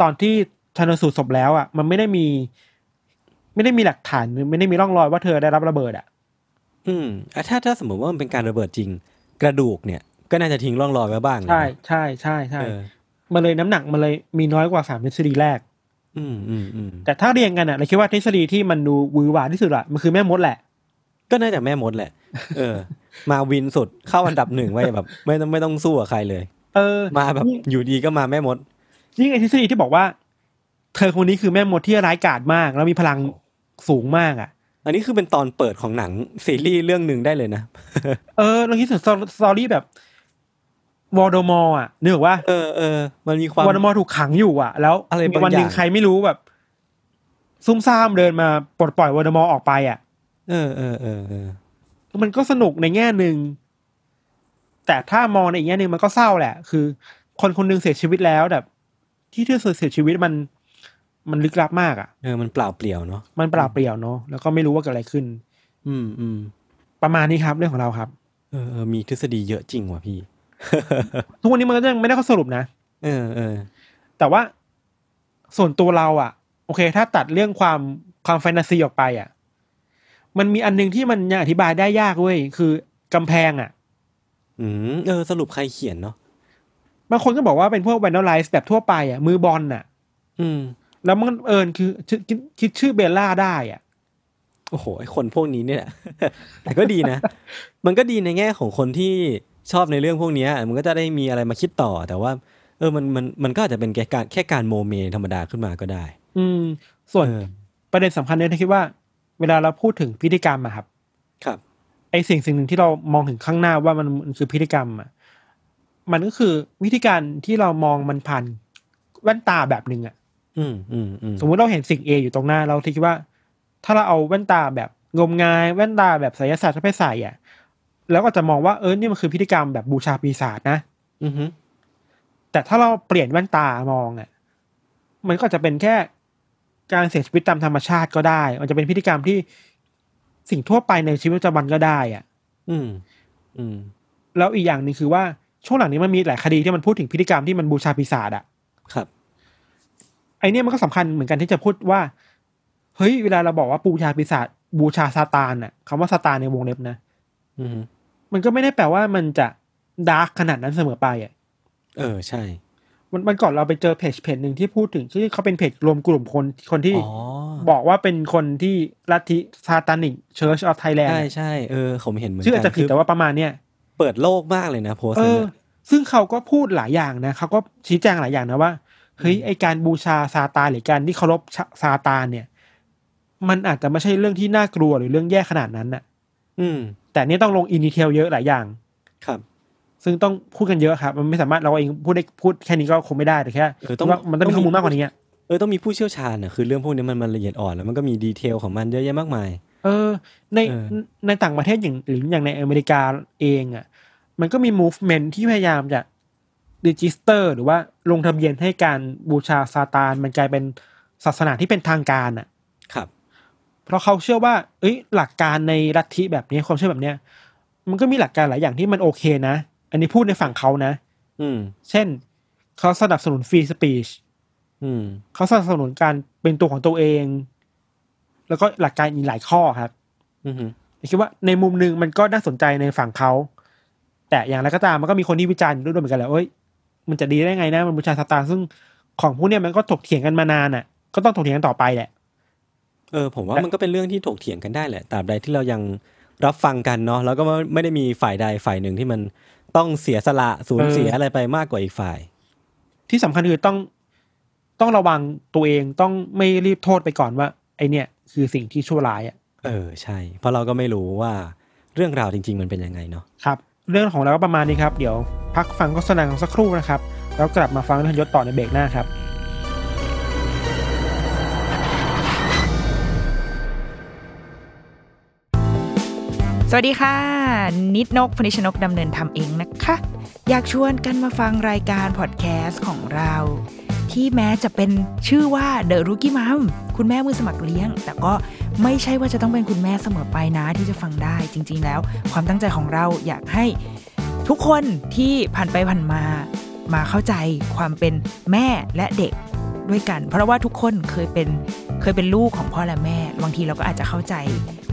ตอนที่ชันสูตรศพแล้วอ่ะ มันไม่ได้มี ไม่ได้มีหลักฐานหรือไม่ได้มีร่องรอยว่าเธอได้รับระเบิดอ่ะ อืมอ่ะถ้าถ้าสมมติว่ามันเป็นการระเบิดจริง กระดูกเนี่ย ก็น่าจะทิ้งร่องรอยไว้บ้างนะ ใช่ใช่ใช่ใช่ เออ มันเลยน้ำหนักมันเลยมีน้อยกว่าสามทฤษฎีแรก อืมอืมอืม แต่ถ้าเรียงกันอ่ะเราคิดว่าทฤษฎีที่มันดูหวือหวาที่สุดอ่ะมันคือแม่มดแหละ ก็น่าจะแม่มดแหละ เออ มาวินสุดเข้าอันดับหนึ่งไว้แบบ ไม่ต้องไม่ต้องสู้กับใครเลย เออ มาแบบอยู่ดีก็มาแม่มด ยิ่งไอทฤษฎีที่บอกว่า เธอคนนี้คือแม่มดที่ร้ายกาจมาก แล้วมีพลังสูงมากอ่ะ อันนี้คือเป็นตอนเปิดของหนังซีรีส์เรื่องหนึ่งได้เลยนะ เออเราคิดถึงสตอรี่แบบวอลโดมอร์อ่ะนึกออกว่า เออเออ มันมีความ วอลโดมอร์ถูกขังอยู่อ่ะ แล้ว อะไร มี บาง วันหนึ่องย่าง ใครไม่รู้แบบ ซุ่มซ่ามเดินมาปลดปล่อยวอลโดมอร์ออกไปอ่ะ เออเออเออเออ มันก็สนุกในแง่หนึ่ง แต่ถ้ามองในอีกแง่หนึ่งมันก็เศร้าแหละ คือ คนคนหนึงเสียชีวิตแล้วแบบ ที่เธอเสียชีวิตมัน มันลึกลับมากอ่ะ เออ มันเปล่าเปลี่ยวเนาะ มันเปล่าเปลี่ยวเนาะแล้วก็ไม่รู้ว่าเกิดอะไรขึ้น อืมอืม ประมาณนี้ครับ เรื่องของเราครับ เออเออ มีทฤษฎีเยอะจริงว่ะพี่ ทุกวันนี้มันก็ยังไม่ได้ข้อสรุปนะ เออเออ แต่ว่าส่วนตัวเราอ่ะ โอเค ถ้าตัดเรื่องความความแฟนตาซีออกไปอ่ะ มันมีอันหนึงที่มันยังอธิบายได้ยากเว้ยคือกำแพงอ่ะ อืมเออ สรุปใครเขียนเนาะ บางคนก็บอกว่าเป็นพวกแวนอลไลซ์แบบทั่วไปอ่ะ มือบอลน่ะ อืม แล้วมันเอิญคือชื่อคิดคิดชื่อเบลล่าได้อ่ะ โอ้โหไอคนพวกนี้เนี่ย (laughs) แต่ก็ดีนะ มันก็ดีในแง่ของคนที่ชอบในเรื่องพวกเนี้ยมันก็จะได้มีอะไรมาคิดต่อ แต่ว่า เออมันมันมันก็อาจจะเป็นแค่การแค่การโมเมธรรมดาขึ้นมาก็ได้ อืม ส่วน เออ ประเด็นสำคัญเนี่ยที่คิดว่า เวลาเราพูดถึงพิธีกรรมอะครับ ครับ ไอสิ่งสิ่งหนึ่งที่เรามองถึงข้างหน้าว่ามันมันคือพิธีกรรมอ่ะ มันก็คือวิธีการที่เรามองมันผ่านแว่นตาแบบหนึ่งอ่ะ อืมอืมอืม สมมุติเราเห็นสิ่ง A อยู่ตรงหน้าเราคิดว่า ถ้าเราเอาแว่นตาแบบงมงายแว่นตาแบบไสยศาสตร์เข้าไปใส่อ่ะแล้วก็จะมองว่าเออนี่มันคือพิธีกรรมแบบบูชาปีศาจนะ อือฮึ แต่ถ้าเราเปลี่ยนแว่นตามองอ่ะ มันก็จะเป็นแค่การเสียชีวิตตามธรรมชาติก็ได้ มันจะเป็นพิธีกรรมที่สิ่งทั่วไปในชีวิตประจำวันก็ได้อ่ะ อืมอืม แล้วอีกอย่างหนึ่งคือว่าช่วงหลังนี้มันมีหลายคดีที่มันพูดถึงพิธีกรรมที่มันบูชาปีศาจอ่ะ ครับ ไอเนี่ยมันก็สำคัญเหมือนกันที่จะพูดว่า เฮ้ย เวลาเราบอกว่าบูชาปีศาจบูชาซาตานน่ะคำว่าซาตานในวงเล็บนะ อือฮึ มันก็ไม่ได้แปลว่ามันจะดาร์กขนาดนั้นเสมอไปอ่ะ เออใช่ มันมันก่อนเราไปเจอเพจเพจหนึ่งที่พูดถึงชื่อเขาเป็นเพจรวมกลุ่มคนคนที่ อ๋อ บอกว่าเป็นคนที่ลัทธิซาตานิกเชิร์ชออฟไทยแลน ใช่ ด์ ใช่เออผมเห็นเหมือน ชื่ออาจ กั จะผิดแต่ว่าประมาณเนี้ย เปิดโลกมากเลยนะโพสต์ เอ นั้น อ น่ะ ซึ่งเขาก็พูดหลายอย่างนะเขาก็ชี้แจงหลายอย่างนะว่า เฮ้ย ไอการบูชาซาตานหรือการที่เคารพชะซาตานเนี่ย มันอาจจะไม่ใช่เรื่องที่น่ากลัวหรือเรื่องแย่ขนาดนั้นน่ะ อืม แต่เนี่ยต้องลงอินดีเทลเยอะหลายอย่าง ครับ ซึ่งต้องพูดกันเยอะครับ มันไม่สามารถเราเองพูดได้พูดแค่นี้ก็คงไม่ได้แต่แค่ เออต้อง ว่ามันต้องมี ต้องมี ข้อมูลมากกว่านี้อะ เออต้องมีผู้เชี่ยวชาญอ่ะคือเรื่องพวกนี้มันมันละเอียดอ่อนแล้วมันก็มีดีเทลของมันเยอะแยะมากมาย เออ ใน เออ ในต่างประเทศอย่างหรืออย่างในอเมริกาเองอ่ะ มันก็มี movement ที่พยายามจะ register หรือว่าลงทะเบียนให้การบูชาซาตาน มันกลายเป็นศาสนาที่เป็นทางการอ่ะ ครับ เพราะเขาเชื่อว่า เอ้ย หลักการในลัทธิแบบนี้ความเชื่อแบบเนี้ย มันก็มีหลักการหลายอย่างที่มันโอเคนะ อันนี้พูดในฝั่งเขานะ อืม เช่น เขาสนับสนุนฟรีสปีช อืม เขาสนับสนุนการเป็นตัวของตัวเอง แล้วก็หลักการอีกหลายข้อครับ อืม ผมคิดว่าในมุมหนึ่งมันก็น่าสนใจในฝั่งเขา แต่อย่างไรก็ตามมันก็มีคนที่วิจารณ์ด้วยเหมือนกันแหละเอ้ย มันจะดีได้ไงนะ มันบูชาซาตานซึ่งของพวกเนี้ยมันก็ถกเถียงกันมานานอ่ะ ก็ต้องถกเถียงกันต่อไปแหละ เออผมว่า แต่ มันก็เป็นเรื่องที่ถกเถียงกันได้แหละตราบใดที่เรายังรับฟังกันเนาะแล้วก็ไม่ไม่ได้มีฝ่ายใดฝ่ายหนึ่งที่มันต้องเสียสละสูญเสียอะไรไปมากกว่าอีกฝ่าย ที่สำคัญคือต้องต้องระวังตัวเองต้องไม่รีบโทษไปก่อนว่า ไอเนี่ย คือสิ่งที่ชั่วร้ายอ่ะ เออใช่ เพราะเราก็ไม่รู้ว่าเรื่องราวจริง ๆ มันเป็นยังไงเนาะ ครับ เรื่องของเราก็ประมาณนี้ครับ เดี๋ยวพักฟังโฆษณากันสักครู่นะครับ แล้วกลับมาฟังเรื่องยศต่อในเบรกหน้าครับ สวัสดีค่ะ นิดนกพนิชนกดำเนินทำเองนะคะ อยากชวนกันมาฟังรายการพอดแคสต์ของเรา ที่แม้จะเป็นชื่อว่า The Rookie Mom คุณแม่มือสมัครเลี้ยง แต่ก็ไม่ใช่ว่าจะต้องเป็นคุณแม่เสมอไปนะที่จะฟังได้จริง ๆ แล้ว ความตั้งใจของเราอยากให้ ทุกคนที่ผ่านไปผ่านมา มาเข้าใจความเป็นแม่และเด็กด้วยกัน เพราะว่าทุกคนเคยเป็นเคยเป็นลูกของพ่อและแม่ บางทีเราก็อาจจะเข้าใจ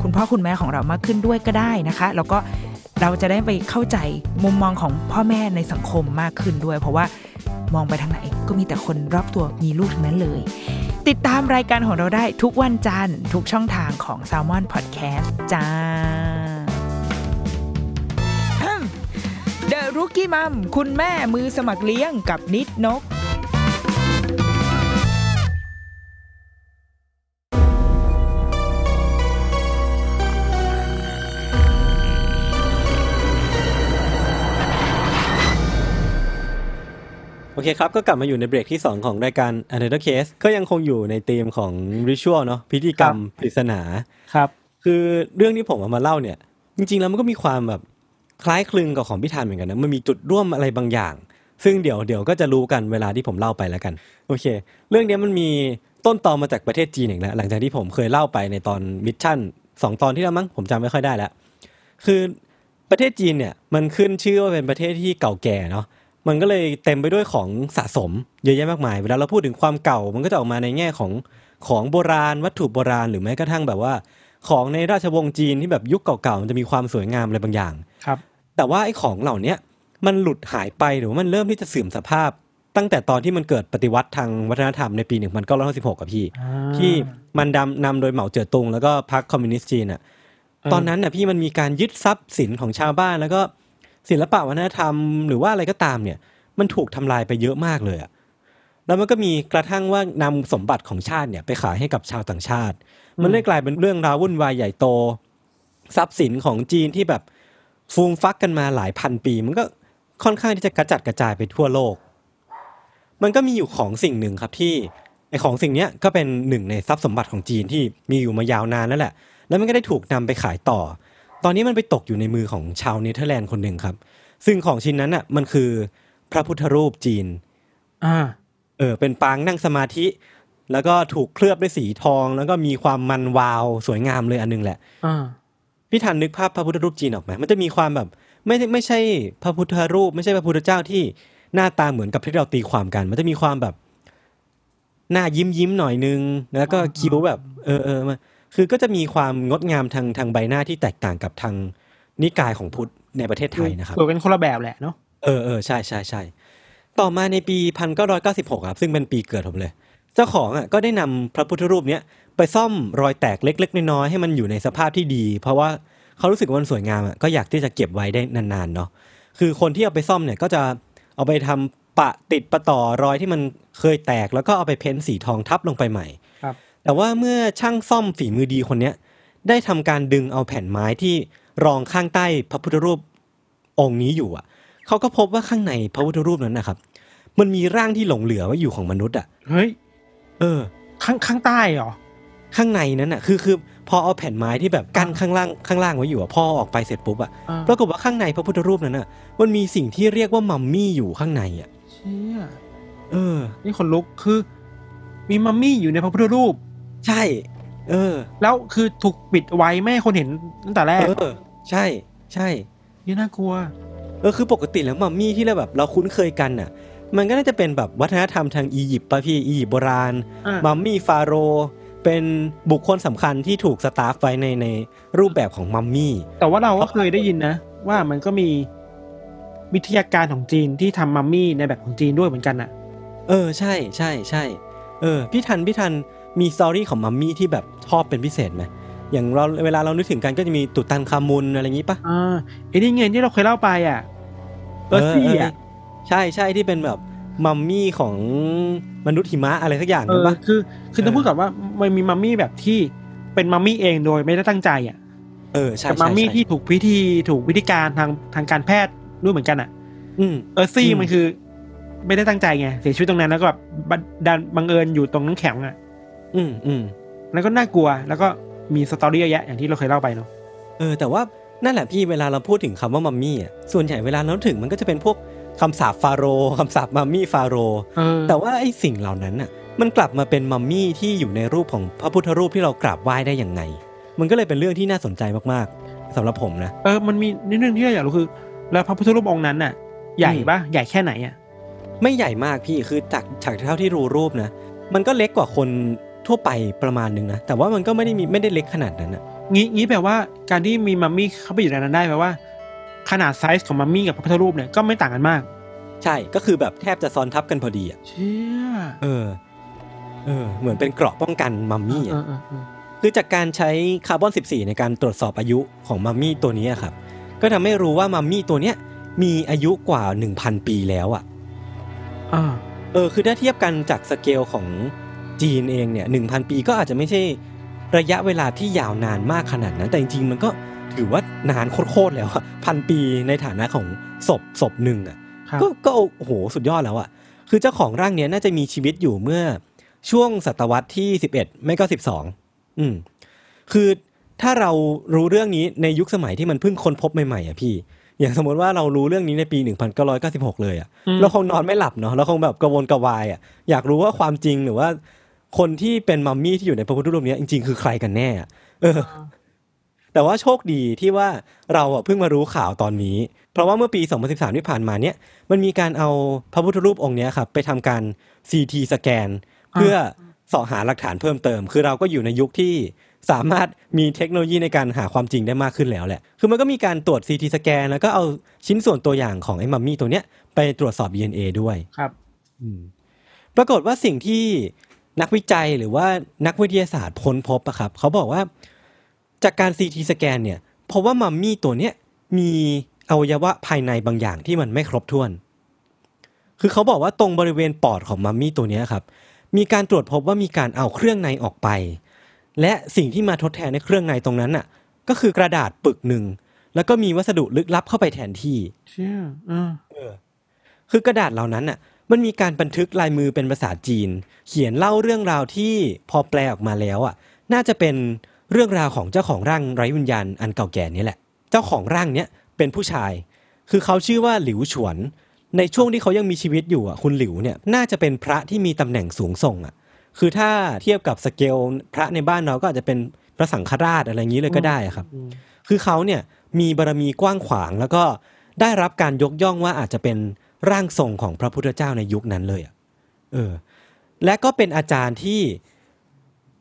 คุณพ่อคุณแม่ของเรามากขึ้นด้วยก็ได้นะคะ แล้วก็เราจะได้ไปเข้าใจมุมมองของพ่อแม่ในสังคมมากขึ้นด้วย เพราะว่ามองไปทางไหนก็มีแต่คนรอบตัวมีลูกทั้งนั้นเลย ติดตามรายการของเราได้ทุกวันจันทร์ทุกช่องทางของ s a l m o n Podcast จ้า The Rookie Mom คุณแม่มือสมัครเลี้ยงกับนิดนก โอเคครับ ก็กลับมาอยู่ในเบรกที่ 2 ของรายการ Another Case ก็ยังคงอยู่ในธีมของ Ritual เนาะพิธีกรรมปริศนา ครับ คือเรื่องที่ผมเอามาเล่าเนี่ย จริง ๆ แล้วมันก็มีความแบบคล้ายคลึงกับของพิธานเหมือนกันนะมันมีจุดร่วมอะไรบางอย่าง ซึ่งเดี๋ยวเดี๋ยวก็จะรู้กันเวลาที่ผมเล่าไปแล้วกัน โอเค เรื่องเนี้ยมันมีต้นตอมาจากประเทศจีนอีกแล้วหลังจากที่ผมเคยเล่าไปในตอนมิชชั่นสองตอนที่แล้วมั้งผมจำไม่ค่อยได้แล้ว คือประเทศจีนเนี่ยมันขึ้นชื่อว่าเป็นประเทศที่เก่าแก่เนาะ มันก็เลยเต็มไปด้วยของสะสมเยอะแยะมากมาย เวลาเราพูดถึงความเก่า มันก็จะออกมาในแง่ของของโบราณ วัตถุโบราณหรือแม้กระทั่งแบบว่า ของในราชวงศ์จีนที่แบบยุคเก่าๆมันจะมีความสวยงามอะไรบางอย่าง ครับ แต่ว่าไอ้ของเหล่าเนี้ยมันหลุดหายไปหรือว่ามันเริ่มที่จะเสื่อมสภาพ ตั้งแต่ตอนที่มันเกิดปฏิวัติทางวัฒนธรรมในปี 1956กับพี่ ที่มันดำนำโดยเหมาเจ๋อตุง แล้วก็พรรคคอมมิวนิสต์จีนอ่ะ ออ ตอนนั้นน่ะพี่มันมีการยึดทรัพย์สินของชาวบ้านแล้วก็ศิลปะวัฒนธรรมหรือว่าอะไรก็ตามเนี่ย มันถูกทำลายไปเยอะมากเลยอ่ะ แล้วมันก็มีกระทั่งว่านำสมบัติของชาติเนี่ยไปขายให้กับชาวต่างชาติ มันเลยกลายเป็นเรื่องราววุ่นวายใหญ่โต ทรัพย์สินของจีนที่แบบฟูมฟักกันมาหลายพันปี มันก็ค่อนข้างที่จะกระจัดกระจายไปทั่วโลก มันก็มีอยู่ของสิ่งหนึ่งครับที่ไอของสิ่งเนี้ยก็เป็นหนึ่งในทรัพย์สมบัติของจีนที่มีอยู่มายาวนานแล้วแหละ แล้วมันก็ได้ถูกนำไปขายต่อ ตอนนี้มันไปตกอยู่ในมือของชาวเนเธอร์แลนด์คนหนึ่งครับ ซึ่งของชิ้นนั้นอ่ะมันคือพระพุทธรูปจีน อ่า เออเป็นปางนั่งสมาธิ แล้วก็ถูกเคลือบด้วยสีทอง แล้วก็มีความมันวาวสวยงามเลยอันนึงแหละ อ่า พี่ทันนึกภาพพระพุทธรูปจีนออกไหมมันจะมีความแบบไม่ไม่ใช่พระพุทธรูป ไม่ใช่พระพุทธเจ้าที่หน้าตาเหมือนกับที่เราตีความกัน มันจะมีความแบบ หน้ายิ้มยิ้มๆหน่อยนึง แล้วก็คิ้วแบบ เออเออมาคือก็จะมีความงดงามทางทางใบหน้าที่แตกต่างกับทางนิกายของพุทธในประเทศไทยนะครับ สวยกันคนละแบบแหละเนาะ เออเออใช่ใช่ใช่ต่อมาในปีพันเก้าร้อยเก้าสิบหกครับซึ่งเป็นปีเกิดผมเลย เจ้าของอ่ะก็ได้นำพระพุทธรูปเนี้ยไปซ่อมรอยแตกเล็ก ๆ น้อยๆให้มันอยู่ในสภาพที่ดี เพราะว่าเขารู้สึกว่ามันสวยงามอ่ะก็อยากที่จะเก็บไว้ได้นานๆเนาะคือคนที่เอาไปซ่อมเนี่ยก็จะเอาไปทำปะติดประต่อรอยที่มันเคยแตก แล้วก็เอาไปเพ้นท์สีทองทับลงไปใหม่ ครับ แต่ว่าเมื่อช่างซ่อมฝีมือดีคนเนี้ยได้ทำการดึงเอาแผ่นไม้ที่รองข้างใต้พระพุทธรูปองค์นี้อยู่อ่ะ เขาก็พบว่าข้างในพระพุทธรูปนั้นนะครับ มันมีร่างที่หลงเหลือไว้อยู่ของมนุษย์อ่ะ เฮ้ย เออ ข้างข้างใต้เหรอ ข้างในนั้นอ่ะ คือคือพอเอาแผ่นไม้ที่แบบกั้นข้างล่างข้างล่างไว้อยู่อ่ะพอเอาออกไปเสร็จปุ๊บอ่ะ อ่า ปรากฏว่าข้างในพระพุทธรูปนั้นอ่ะ มันมีสิ่งที่เรียกว่ามัมมี่อยู่ข้างในอ่ะ เชี่ย เออ นี่ขนลุก คือ มีมัมมี่อยู่ในพระพุทธรูป ใช่ เออ แล้วคือถูกปิดไว้ไม่ให้คนเห็นตั้งแต่แร เอก อ ใช่ ใช่ นี่น่ากลัว เออคือปกติแล้วมัมมี่ที่เราแบบเราคุ้นเคยกันน่ะ มันก็น่าจะเป็นแบบวัฒนธรรมทางอียิปต์ป่ะพี่อียิปต์โบราณ อ่า (laughs) มัมัมมี่ฟาโรห์เป็นบุคคลสำคัญที่ถูกสตาฟไว้ในในรูปแบบของมัมมี่ แต่ว่าเราก็เคยได้ยินนะ ว่ามันก็มีวิทยาการของจีนที่ทำมัมมี่ในแบบของจีนด้วยเหมือนกันน่ะ เออใช่ใช่ใช่เออพี่ทันพี่ทันมีสตอรี่ของมัมมี่ที่แบบชอบเป็นพิเศษไหมอย่างเราเวลาเรานึกถึงกันก็จะมีตุตันคามุนอะไรอย่างนี้ปะ อ่าไอ้นี่ไงที่เราเคยเล่าไปอ่ะเออซี่อ่ะ ใช่ใช่ที่เป็นแบบมัมมี่ของมนุษย์หิมะอะไรสักอย่าง เอ นึ อ ปะ คือ คือ เออ ต้องพูดกับว่ามันมีมัมมี่แบบที่เป็นมัมมี่เองโดยไม่ได้ตั้งใจอ่ะ เออใช่ กับ ใช่ มัมมี่ ใช่ ที่ถูกพิธีถูกวิธีการทางทางการแพทย์ด้วยเหมือนกันอ่ะ อืม เออซี่ อืม มันคือ ไม่ได้ตั้งใจไงเสียชีวิตตรงนั้นแล้วก็แบบบัดดันบังเอิญอยู่ตรงน้ำแข็งอ่ะ อืมอืม แล้วก็น่ากลัวแล้วก็มีสตอรี่เยอะแยะอย่างที่เราเคยเล่าไปเนาะ เออแต่ว่านั่นแหละพี่เวลาเราพูดถึงคำว่ามัมมี่อ่ะส่วนใหญ่เวลาเราถึงมันก็จะเป็นพวกคำสาปฟาโรห์คำสาปมัมมี่ฟาโรห์ เออ แต่ว่าไอ้สิ่งเหล่านั้นน่ะมันกลับมาเป็นมัมมี่ที่อยู่ในรูปของพระพุทธรูปที่เรากราบไหว้ได้อย่างไง มันก็เลยเป็นเรื่องที่น่าสนใจมากๆสำหรับผมนะ เออมันมีนิดนึงที่เราอยากรู้คือ แล้วพระพุทธรูปองค์นั้นน่ะ ใหญ่ อืม ปะใหญ่แค่ไหนอ่ะ ไม่ใหญ่มากพี่คือจากจากเท่าที่รู้รูปนะมันก็เล็กกว่าคนทั่วไปประมาณนึงนะแต่ว่ามันก็ไม่ได้มีไม่ได้เล็กขนาดนั้นอ่ะ งี้งี้แปลว่าการที่มีมัมมี่เข้าไปอยู่ในนั้นได้แปลว่า ขนาดไซส์ของมัมมี่กับพระพุทธรูปเนี่ยก็ไม่ต่างกันมาก ใช่ก็คือแบบแทบจะซ้อนทับกันพอดีอ่ะ เชี่ย เออเออเหมือนเป็นเกราะป้องกันมัมมี่ เอ อ่ะ อเออเออ คือจากการใช้คาร์บอน 14 ในการตรวจสอบอายุของมัมมี่ตัวนี้ครับ ก็ทำให้รู้ว่ามัมมี่ตัวเนี้ยมีอายุกว่า 1,000 ปีแล้วอ่ะ อ่า เออ คือถ้าเทียบกันจากสเกลของจีนเองเนี่ย 1,000 ปีก็อาจจะไม่ใช่ระยะเวลาที่ยาวนานมากขนาดนั้น แต่จริงๆ มันก็ถือว่านานโคตรๆแล้วอะพันปีในฐานะของศพศพหนึ่งอ่ะ ครับ ก็ก็โอ้โหสุดยอดแล้วอะคือเจ้าของร่างเนี้ยน่าจะมีชีวิตอยู่เมื่อช่วงศตวรรษที่สิบเอ็ดไม่ก็สิบสองอืมคือถ้าเรารู้เรื่องนี้ในยุคสมัยที่มันเพิ่งค้นพบใหม่ๆอะพี่ อย่างสมมติว่าเรารู้เรื่องนี้ในปี 1996 เลยอะ อืม เราคงนอนไม่หลับเนาะเราคงแบบกระวนกระวายอะอยากรู้ว่าความจริงหรือว่า คนที่เป็นมัมมี่ที่อยู่ในพระพุทธรูปเนี้ยจริงๆคือใครกันแน่อะเออ แต่ว่าโชคดีที่ว่าเราอะเพิ่งมารู้ข่าวตอนนี้ เพราะว่าเมื่อปี 2013 ที่ผ่านมาเนี่ย มันมีการเอาพระพุทธรูปองค์เนี้ยครับไปทำการ CT สแกน เพื่อเสาะหาหลักฐานเพิ่มเติม คือเราก็อยู่ในยุคที่สามารถมีเทคโนโลยีในการหาความจริงได้มากขึ้นแล้วแหละ คือมันก็มีการตรวจ CT สแกน แล้วก็เอาชิ้นส่วนตัวอย่างของไอ้มัมมี่ตัวเนี้ยไปตรวจสอบ DNA ด้วย ครับ ปรากฏว่าสิ่งที่นักวิจัยหรือว่านักวิทยาศาสตร์ค้นพบอะครับ เขาบอกว่าจากการซีทีสแกนเนี่ยพบว่ามัมมี่ตัวเนี้ยมีอวัยวะภายในบางอย่างที่มันไม่ครบถ้วน คือเขาบอกว่าตรงบริเวณปอดของมัมมี่ตัวเนี้ยครับ มีการตรวจพบว่ามีการเอาเครื่องในออกไป และสิ่งที่มาทดแทนในเครื่องในตรงนั้นน่ะ ก็คือกระดาษปึกหนึ่งแล้วก็มีวัสดุลึกลับเข้าไปแทนที่ เชื่ออ่า คือกระดาษเหล่านั้นน่ะ มันมีการบันทึกลายมือเป็นภาษาจีน เขียนเล่าเรื่องราวที่พอแปลออกมาแล้วอ่ะ น่าจะเป็นเรื่องราวของเจ้าของร่างไร้วิญญาณอันเก่าแก่นี้แหละ เจ้าของร่างเนี้ยเป็นผู้ชาย คือเขาชื่อว่าหลิวฉวน ในช่วงที่เขายังมีชีวิตอยู่อ่ะคุณหลิวเนี่ยน่าจะเป็นพระที่มีตำแหน่งสูงส่งอ่ะ คือถ้าเทียบกับสเกลพระในบ้านเราก็อาจจะเป็นพระสังฆราชอะไรอย่างนี้เลยก็ได้อะครับ คือเขาเนี่ยมีบารมีกว้างขวางแล้วก็ได้รับการยกย่องว่าอาจจะเป็นร่างทรงของพระพุทธเจ้าในยุคนั้นเลยอะเออ และก็เป็นอาจารย์ที่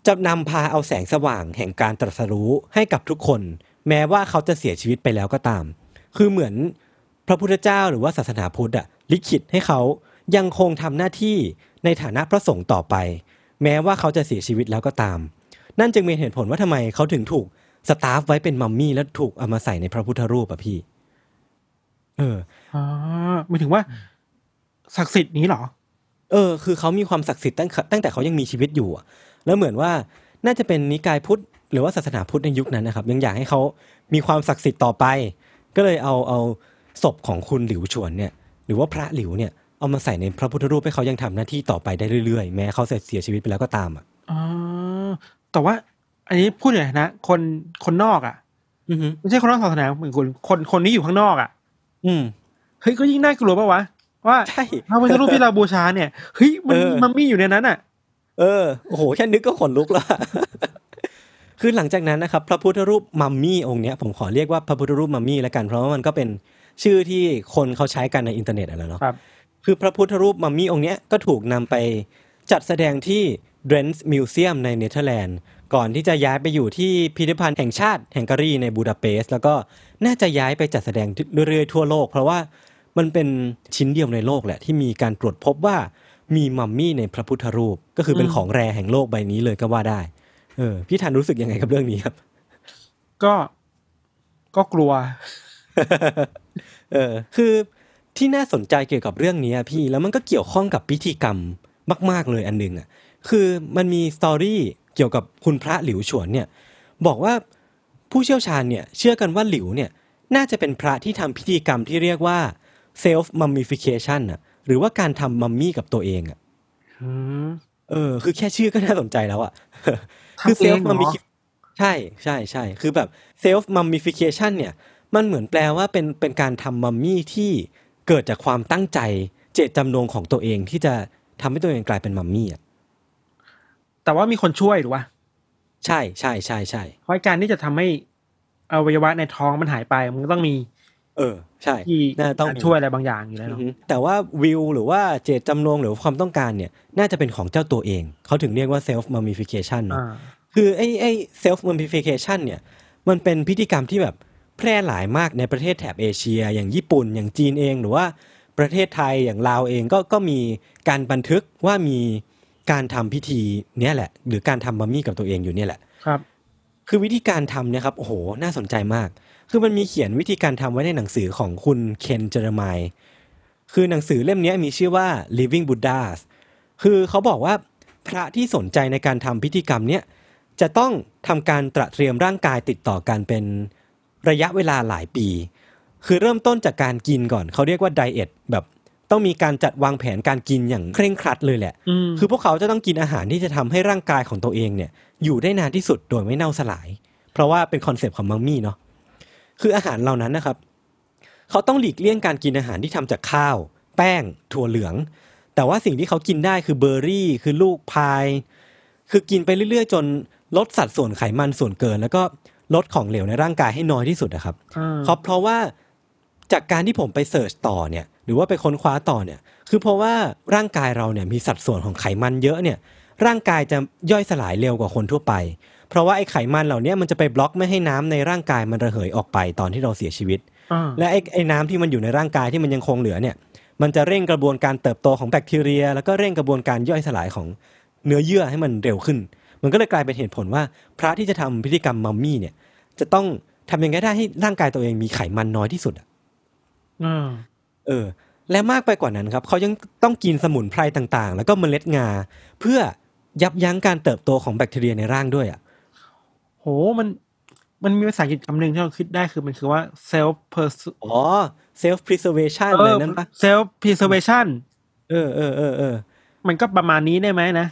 จะนำพาเอาแสงสว่างแห่งการตรัสรู้ให้กับทุกคน แม้ว่าเขาจะเสียชีวิตไปแล้วก็ตาม คือเหมือนพระพุทธเจ้าหรือว่าศาสนาพุทธอะลิขิตให้เขายังคงทำหน้าที่ในฐานะพระสงฆ์ต่อไป แม้ว่าเขาจะเสียชีวิตแล้วก็ตาม นั่นจึงเป็นเหตุผลว่าทำไมเขาถึงถูกสตาฟไว้เป็นมัมมี่แล้วถูกเอามาใส่ในพระพุทธรูปอะพี่ เออ อ่าหมายถึงว่า ศักดิ์สิทธิ์นี้เหรอ เออ คือเขามีความศักดิ์สิทธิ์ตั้งตั้งแต่เขายังมีชีวิตอยู่อะแล้วเหมือนว่าน่าจะเป็นนิกายพุทธ หรือว่าศาสนาพุทธในยุคนั้นนะครับ ยังอยากให้เขามีความศักดิ์สิทธิ์ต่อไป ก็เลยเอาเอาศพของคุณหลิวฉวนเนี่ย หรือว่าพระหลิวเนี่ยเอามาใส่ในพระพุทธรูปให้เขายังทำหน้าที่ต่อไปได้เรื่อยๆ แม้เขาจะเสียชีวิตไปแล้วก็ตามอ่ะ อ่าแต่ว่า อันนี้พูดเลยนะ คนคนนอกอ่ะ อือฮึ ไม่ใช่คนนอกศาสนาเหมือนคนคนคนนี้อยู่ข้างนอกอ่ะ อืม เฮ้ยก็ยิ่งน่ากลัวปะวะ ว่า ใช่ พระพุทธรูปที่เราบูชาเนี่ย เฮ้ยมัน เออ มันมีอยู่ในนั้นอ่ะ เออ โอ้โห แค่นึกก็ขนลุกแล้วอะ (laughs) คือหลังจากนั้นนะครับ พระพุทธรูปมัมมี่องค์เนี้ยผมขอเรียกว่าพระพุทธรูปมัมมี่แล้วกัน เพราะว่ามันก็เป็นชื่อที่คนเขาใช้กันในอินเทอร์เน็ตอะไรเนาะ ครับ คือพระพุทธรูปมัมมี่องค์เนี้ยก็ถูกนำไปจัดแสดงที่ Drents Museum ในเนเธอร์แลนด์ ก่อนที่จะย้ายไปอยู่ที่พิพิธภัณฑ์แห่งชาติแห่งการีในบูดาเปสต์แล้วก็น่าจะย้ายไปจัดแสดงเรื่อยๆทั่วโลก เพราะว่ามันเป็นชิ้นเดียวในโลกแหละ ที่มีการตรวจพบว่ามีมัมมี่ในพระพุทธรูป ก็คือเป็นของแรแห่งโลกใบนี้เลยก็ว่าได้ เออพี่ทันรู้สึกยังไงกับเรื่องนี้ครับ ก็ก็กลัว เออคือที่น่าสนใจเกี่ยวกับเรื่องนี้อะพี่แล้วมันก็เกี่ยวข้องกับพิธีกรรมมาก ๆ เลยอันหนึงอ่ะคือมันมีสตอรี่เกี่ยวกับคุณพระหลิวฉวนเนี่ยบอกว่าผู้เชี่ยวชาญเนี่ยเชื่อกันว่าหลิวเนี่ยน่าจะเป็นพระที่ทำพิธีกรรมที่เรียกว่า self mummification น่ะหรือว่าการทำมัมมี่กับตัวเองอ่ะเออคือแค่ชื่อก็น่าสนใจแล้วอ่ะ ทำ คือเซ เอ ล ง ฟ์ เหรอ มัมมิใช่ใช่ใช่คือแบบเซลฟ์มัมมิฟิเคชันเนี่ย มันเหมือนแปลว่าเป็นเป็นการทำมัมมี่ที่เกิดจากความตั้งใจเจตจำนงของตัวเองที่จะทำให้ตัวเองกลายเป็นมัมมี่อ่ะ แต่ว่ามีคนช่วยหรือวะ ใช่ใช่ใช่ใช่ เพราะการที่จะทำให้อวัยวะในท้องมันหายไป มันก็ต้องมี เออ ใช่ ที่ น่าต้องมี ช่วยอะไรบางอย่างอยู่แล้ว อือ เนอะ ฮึแต่ว่าวิวหรือว่าเจตจำนงหรือความต้องการเนี่ย น่าจะเป็นของเจ้าตัวเอง เขาถึงเรียกว่าเซลฟ์มัมมิฟิเคชันเนาะ อ่า คือไอ้ไอ้เซลฟ์มัมพิฟิเคชันเนี่ย มันเป็นพิธีกรรมที่แบบแพร่หลายมากในประเทศแถบเอเชีย อย่างญี่ปุ่นอย่างจีนเองหรือว่าประเทศไทยอย่างลาวเองก็ก็มีการบันทึกว่ามีการทำพิธีเนี้ยแหละ หรือการทำมัมมี่กับตัวเองอยู่เนี่ยแหละ ครับ คือวิธีการทำเนี่ยครับโอ้โหน่าสนใจมาก คือมันมีเขียนวิธีการทำไว้ในหนังสือของคุณเคนเจอร์มายคือหนังสือเล่มเนี้ยมีชื่อว่า Living Buddhas คือเขาบอกว่าพระที่สนใจในการทำพิธีกรรมเนี่ยจะต้องทำการตระเตรียมร่างกายติดต่อกันเป็นระยะเวลาหลายปี คือเริ่มต้นจากการกินก่อน เขาเรียกว่าไดเอทแบบต้องมีการจัดวางแผนการกินอย่างเคร่งครัดเลยแหละ อืม คือพวกเขาจะต้องกินอาหารที่จะทำให้ร่างกายของตัวเองเนี่ย อยู่ได้นานที่สุดโดยไม่เน่าสลาย เพราะว่าเป็นคอนเซปต์ของมัมมี่เนาะคืออาหารเหล่านั้นนะครับ เขาต้องหลีกเลี่ยงการกินอาหารที่ทำจากข้าว แป้ง ถั่วเหลือง แต่ว่าสิ่งที่เขากินได้คือเบอร์รี่ คือลูกพาย คือกินไปเรื่อยๆ จนลดสัดส่วนไขมันส่วนเกิน แล้วก็ ลดของเหลวในร่างกายให้น้อยที่สุดนะครับ อ่า ครับเพราะว่าจากการที่ผมไปเสิร์ชต่อเนี่ยหรือว่าไปค้นคว้าต่อเนี่ยคือเพราะว่าร่างกายเราเนี่ยมีสัดส่วนของไขมันเยอะเนี่ยร่างกายจะย่อยสลายเร็วกว่าคนทั่วไป เพราะว่าไอ้ไขมันเหล่าเนี้มันจะไปบล็อกไม่ให้น้ำในร่างกายมันระเหยออกไปตอนที่เราเสียชีวิต อ่า และไอ้ไอ้น้ำที่มันอยู่ในร่างกายที่มันยังคงเหลือเนี่ยมันจะเร่งกระบวนการเติบโตของแบคทีเรีย แล้วก็เร่งกระบวนการย่อยสลายของเนื้อเยื่อให้มันเร็วขึ้น มันก็เลยกลายเป็นเหตุผลว่า พระที่จะทำพิธีกรรมมัมมี่เนี่ยจะต้องทำยังไงได้ให้ร่างกายตัวเองมีไขมันน้อยที่สุดอะ อ่า เออ และมากไปกว่านั้นครับเขายังต้องกินสมุนไพรต่างๆ แล้วก็เมล็ดงา เพื่อยับยั้งการเติบโตของแบคทีเรียในร่างด้วยอะ โหมันมันมีภาษาอังกฤษคำหนึ่งที่เราคิดได้คือมันคือว่า self p e r s อ๋อ self preservation อะไรนั่นปะ self preservation เออเออเออเออ มันก็ประมาณนี้ได้ไหมนะ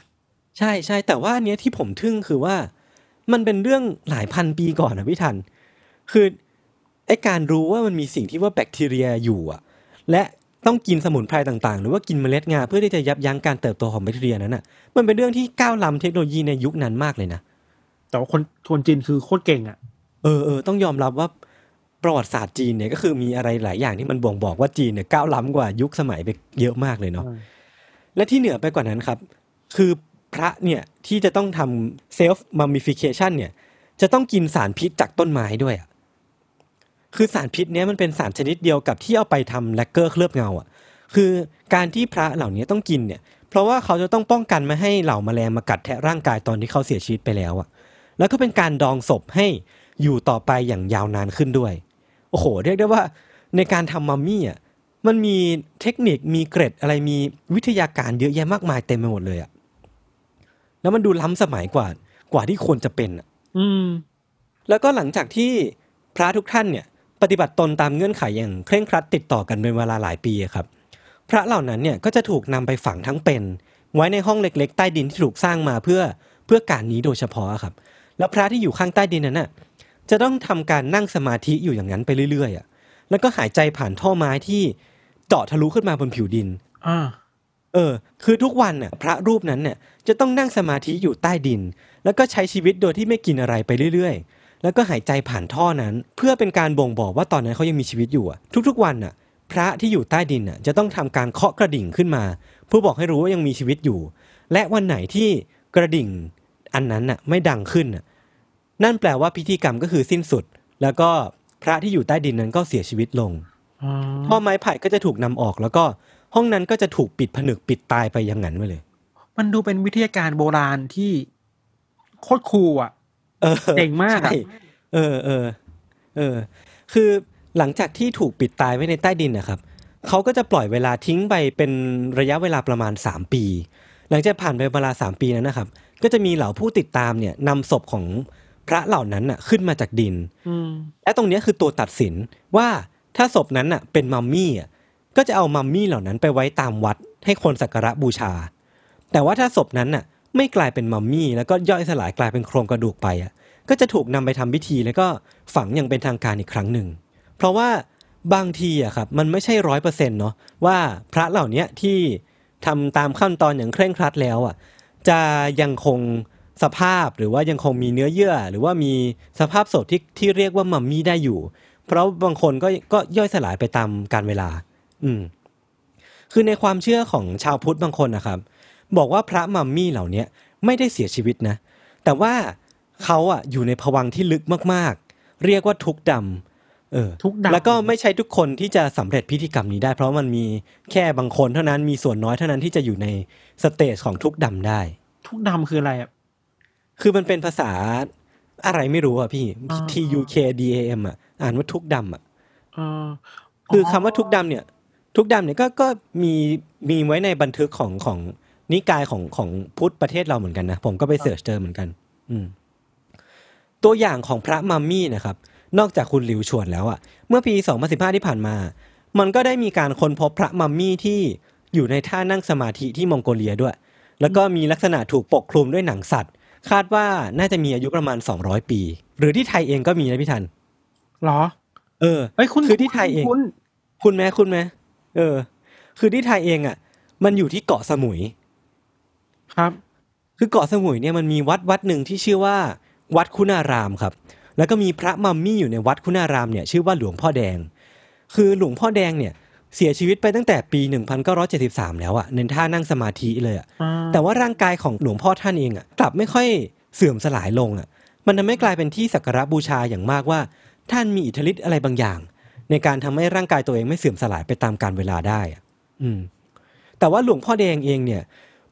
ใช่ใช่แต่ว่าอันเนี้ยที่ผมทึ่งคือว่า มันเป็นเรื่องหลายพันปีก่อนนะพี่ทัน คือไอการรู้ว่ามันมีสิ่งที่ว่าแบคทีเรียอยู่อะและต้องกินสมุนไพรต่างๆ หรือว่ากินเมล็ดงาเพื่อที่จะยับยั้งการเติบโตของแบคทีเรียนั้นน่ะมันเป็นเรื่องที่ก้าวล้ำเทคโนโลยีในยุคนั้นมากเลยนะ แต่ว่าคนคนจีนคือโคตรเก่งอ่ะ เออเออต้องยอมรับว่าประวัติศาสตร์จีนเนี่ยก็คือมีอะไรหลายอย่างที่มันบ่งบอกว่าจีนเนี่ยก้าวล้ำกว่ายุคสมัยไปเยอะมากเลยเนาะ ใช่ และที่เหนือไปกว่านั้นครับ คือพระเนี่ยที่จะต้องทำเซลฟ์มัมมิฟิเคชันเนี่ย จะต้องกินสารพิษจากต้นไม้ด้วยอะคือสารพิษเนี้ยมันเป็นสารชนิดเดียวกับที่เอาไปทำแลกเกอร์เคลือบเงาอะคือการที่พระเหล่านี้ต้องกินเนี่ย เพราะว่าเขาจะต้องป้องกันไม่ให้เหล่าแมลงมากัดแทะร่างกายตอนที่เขาเสียชีวิตไปแล้วอะ แล้วก็เป็นการดองศพให้อยู่ต่อไปอย่างยาวนานขึ้นด้วย โอ้โห เรียกได้ว่าในการทำมัมมี่อ่ะมันมีเทคนิคมีเกร็ดอะไรมีวิทยาการเยอะแยะมากมายเต็มไปหมดเลยอ่ะแล้วมันดูล้ำสมัยกว่ากว่าที่ควรจะเป็นอ่ะ อืม แล้วก็หลังจากที่พระทุกท่านเนี่ย ปฏิบัติตนตามเงื่อนไขอย่างเคร่งครัดติดต่อกันเป็นเวลาหลายปีอะครับ พระเหล่านั้นเนี่ยก็จะถูกนำไปฝังทั้งเป็น ไว้ในห้องเล็ก ๆ ใต้ดินที่ถูกสร้างมาเพื่อเพื่อการนี้โดยเฉพาะอะครับ แล้วพระที่อยู่ข้างใต้ดินนั้นน่ะจะต้องทำการนั่งสมาธิอยู่อย่างนั้นไปเรื่อยๆอ่ะแล้วก็หายใจผ่านท่อไม้ที่เจาะทะลุขึ้นมาบนผิวดิน อ่า เออ คือทุกวันน่ะพระรูปนั้นเนี่ยจะต้องนั่งสมาธิอยู่ใต้ดิน แล้วก็ใช้ชีวิตโดยที่ไม่กินอะไรไปเรื่อยๆ แล้วก็หายใจผ่านท่อนั้น เพื่อเป็นการบ่งบอกว่าตอนนั้นเขายังมีชีวิตอยู่อะทุกๆวันน่ะ พระที่อยู่ใต้ดินน่ะจะต้องทำการเคาะกระดิ่งขึ้นมา เพื่อบอกให้รู้ว่ายังมีชีวิตอยู่ และวันไหนที่กระดิ่งอันนั้นน่ะไม่ดังขึ้นน่ะนั่นแปลว่าพิธีกรรมก็คือสิ้นสุด แล้วก็พระที่อยู่ใต้ดินนั้นก็เสียชีวิตลง อ๋อ ท่อไม้ไผ่ก็จะถูกนำออกแล้วก็ห้องนั้นก็จะถูกปิดผนึกปิดตายไปอย่างนั้นไปเลย มันดูเป็นวิทยาการโบราณที่โคตรคูลอ่ะ เออ เจ๋งมากอะ ใช่เออเออเออ คือหลังจากที่ถูกปิดตายไว้ในใต้ดินนะครับ เขาก็จะปล่อยเวลาทิ้งไปเป็นระยะเวลาประมาณ 3 ปี หลังจากผ่านไปเวลา 3 ปีนั้นนะครับ ก็จะมีเหล่าผู้ติดตามเนี่ยนำศพของพระเหล่านั้นน่ะขึ้นมาจากดิน อืม และตรงเนี้ยคือตัวตัดสินว่าถ้าศพนั้นน่ะเป็นมัมมี่อ่ะก็จะเอามัมมี่เหล่านั้นไปไว้ตามวัดให้คนสักการะบูชา แต่ว่าถ้าศพนั้นน่ะไม่กลายเป็นมัมมี่แล้วก็ย่อยสลายกลายเป็นโครงกระดูกไปอ่ะก็จะถูกนำไปทำพิธีแล้วก็ฝังอย่างเป็นทางการอีกครั้งหนึ่ง เพราะว่าบางทีอ่ะครับมันไม่ใช่ร้อยเปอร์เซ็นต์เนาะว่าพระเหล่าเนี้ยที่ทำตามขั้นตอนอย่างเคร่งครัดแล้วอ่ะ จะยังคงสภาพหรือว่ายังคงมีเนื้อเยื่อ หรือว่ามีสภาพศพที่ที่เรียกว่ามัมมี่ได้อยู่ เพราะบางคนก็ก็ย่อยสลายไปตามการเวลา อืม คือในความเชื่อของชาวพุทธบางคนนะครับ บอกว่าพระมัมมี่เหล่าเนี้ยไม่ได้เสียชีวิตนะ แต่ว่าเขาอะอยู่ในภวังค์ที่ลึกมากๆ เรียกว่าทุกข์ดำเออ ทุกข์ดำ แล้วก็ไม่ใช่ทุกคนที่จะสำเร็จพิธีกรรมนี้ได้ เพราะมันมีแค่บางคนเท่านั้นมีส่วนน้อยเท่านั้นที่จะอยู่ในสเตจของทุกข์ดำได้ ทุกดำคืออะไรอ่ะ คือมันเป็นภาษาอะไรไม่รู้อ่ะพี่ อ่า T U K D A M อ่ะ อ่านว่าทุกข์ดำอ่ะ เออ คือคำว่าทุกข์ดำเนี่ย ทุกข์ดำเนี่ยก็ก็มีมีไว้ในบันทึกของของนิกายของของพุทธประเทศเราเหมือนกันนะ ผมก็ไปเสิร์ชเจอเหมือนกัน อืม ตัวอย่างของพระมัมมี่นะครับ นอกจากคุณหลิวชวนแล้วอ่ะ เมื่อปี 2015 ที่ผ่านมา มันก็ได้มีการค้นพบพระมัมมี่ที่อยู่ในท่านั่งสมาธิที่มองโกเลียด้วย แล้วก็มีลักษณะถูกปกคลุมด้วยหนังสัตว์ คาดว่าน่าจะมีอายุประมาณ 200 ปี หรือที่ไทยเองก็มีนะพี่ทัน เหรอ เออ เฮ้ยคุณ คือที่ไทยเอง คุณ คุณแม่คุณแม่เออ คือที่ไทยเองอ่ะ มันอยู่ที่เกาะสมุย ครับ คือเกาะสมุยเนี่ยมันมีวัดวัดหนึ่งที่ชื่อว่า วัดคุณารามครับ แล้วก็มีพระมัมมี่อยู่ในวัดคุณารามเนี่ยชื่อว่าหลวงพ่อแดง คือหลวงพ่อแดงเนี่ยเสียชีวิตไปตั้งแต่ปี 1973 แล้วอะในท่านั่งสมาธิเลยอะ อ่า แต่ว่าร่างกายของหลวงพ่อท่านเองอ่ะกลับไม่ค่อยเสื่อมสลายลงอ่ะ มันทำให้กลายเป็นที่สักการะบูชาอย่างมากว่า ท่านมีอิทธิฤทธิ์อะไรบางอย่าง ในการทำให้ร่างกายตัวเองไม่เสื่อมสลายไปตามกาลเวลาได้อ่ะอืม แต่ว่าหลวงพ่อแดงเองเนี่ย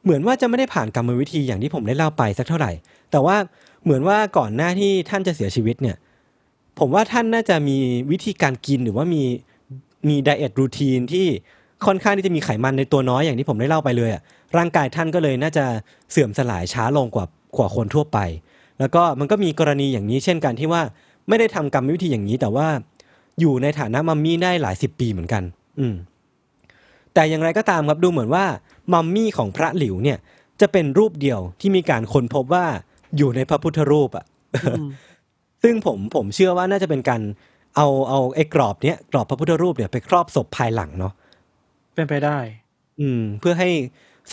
เหมือนว่าจะไม่ได้ผ่านกรรมวิธีอย่างที่ผมได้เล่าไปสักเท่าไหร่ แต่ว่าเหมือนว่าก่อนหน้าที่ท่านจะเสียชีวิตเนี่ย ผมว่าท่านน่าจะมีวิธีการกินหรือว่ามีมีไดเอทรูทีนที่ค่อนข้างที่จะมีไขมันในตัวน้อยอย่างที่ผมได้เล่าไปเลยอะร่างกายท่านก็เลยน่าจะเสื่อมสลายช้าลงกว่ากว่าคนทั่วไป แล้วก็มันก็มีกรณีอย่างนี้เช่นกันที่ว่าไม่ได้ทำกรรมวิธีอย่างนี้ แต่ว่าอยู่ในฐานะมัมมี่ได้หลายสิบปีเหมือนกัน อืม แต่อย่างไรก็ตามครับดูเหมือนว่ามัมมี่ของพระหลิวเนี่ย จะเป็นรูปเดียวที่มีการค้นพบว่าอยู่ในพระพุทธรูปอะ อืม (laughs) ซึ่งผมผมเชื่อว่าน่าจะเป็นการเอาเอาไอ้กรอบเนี้ยกรอบพระพุทธรูปเนี่ยไปครอบศพภายหลังเนาะ เป็นไปได้ อืม เพื่อให้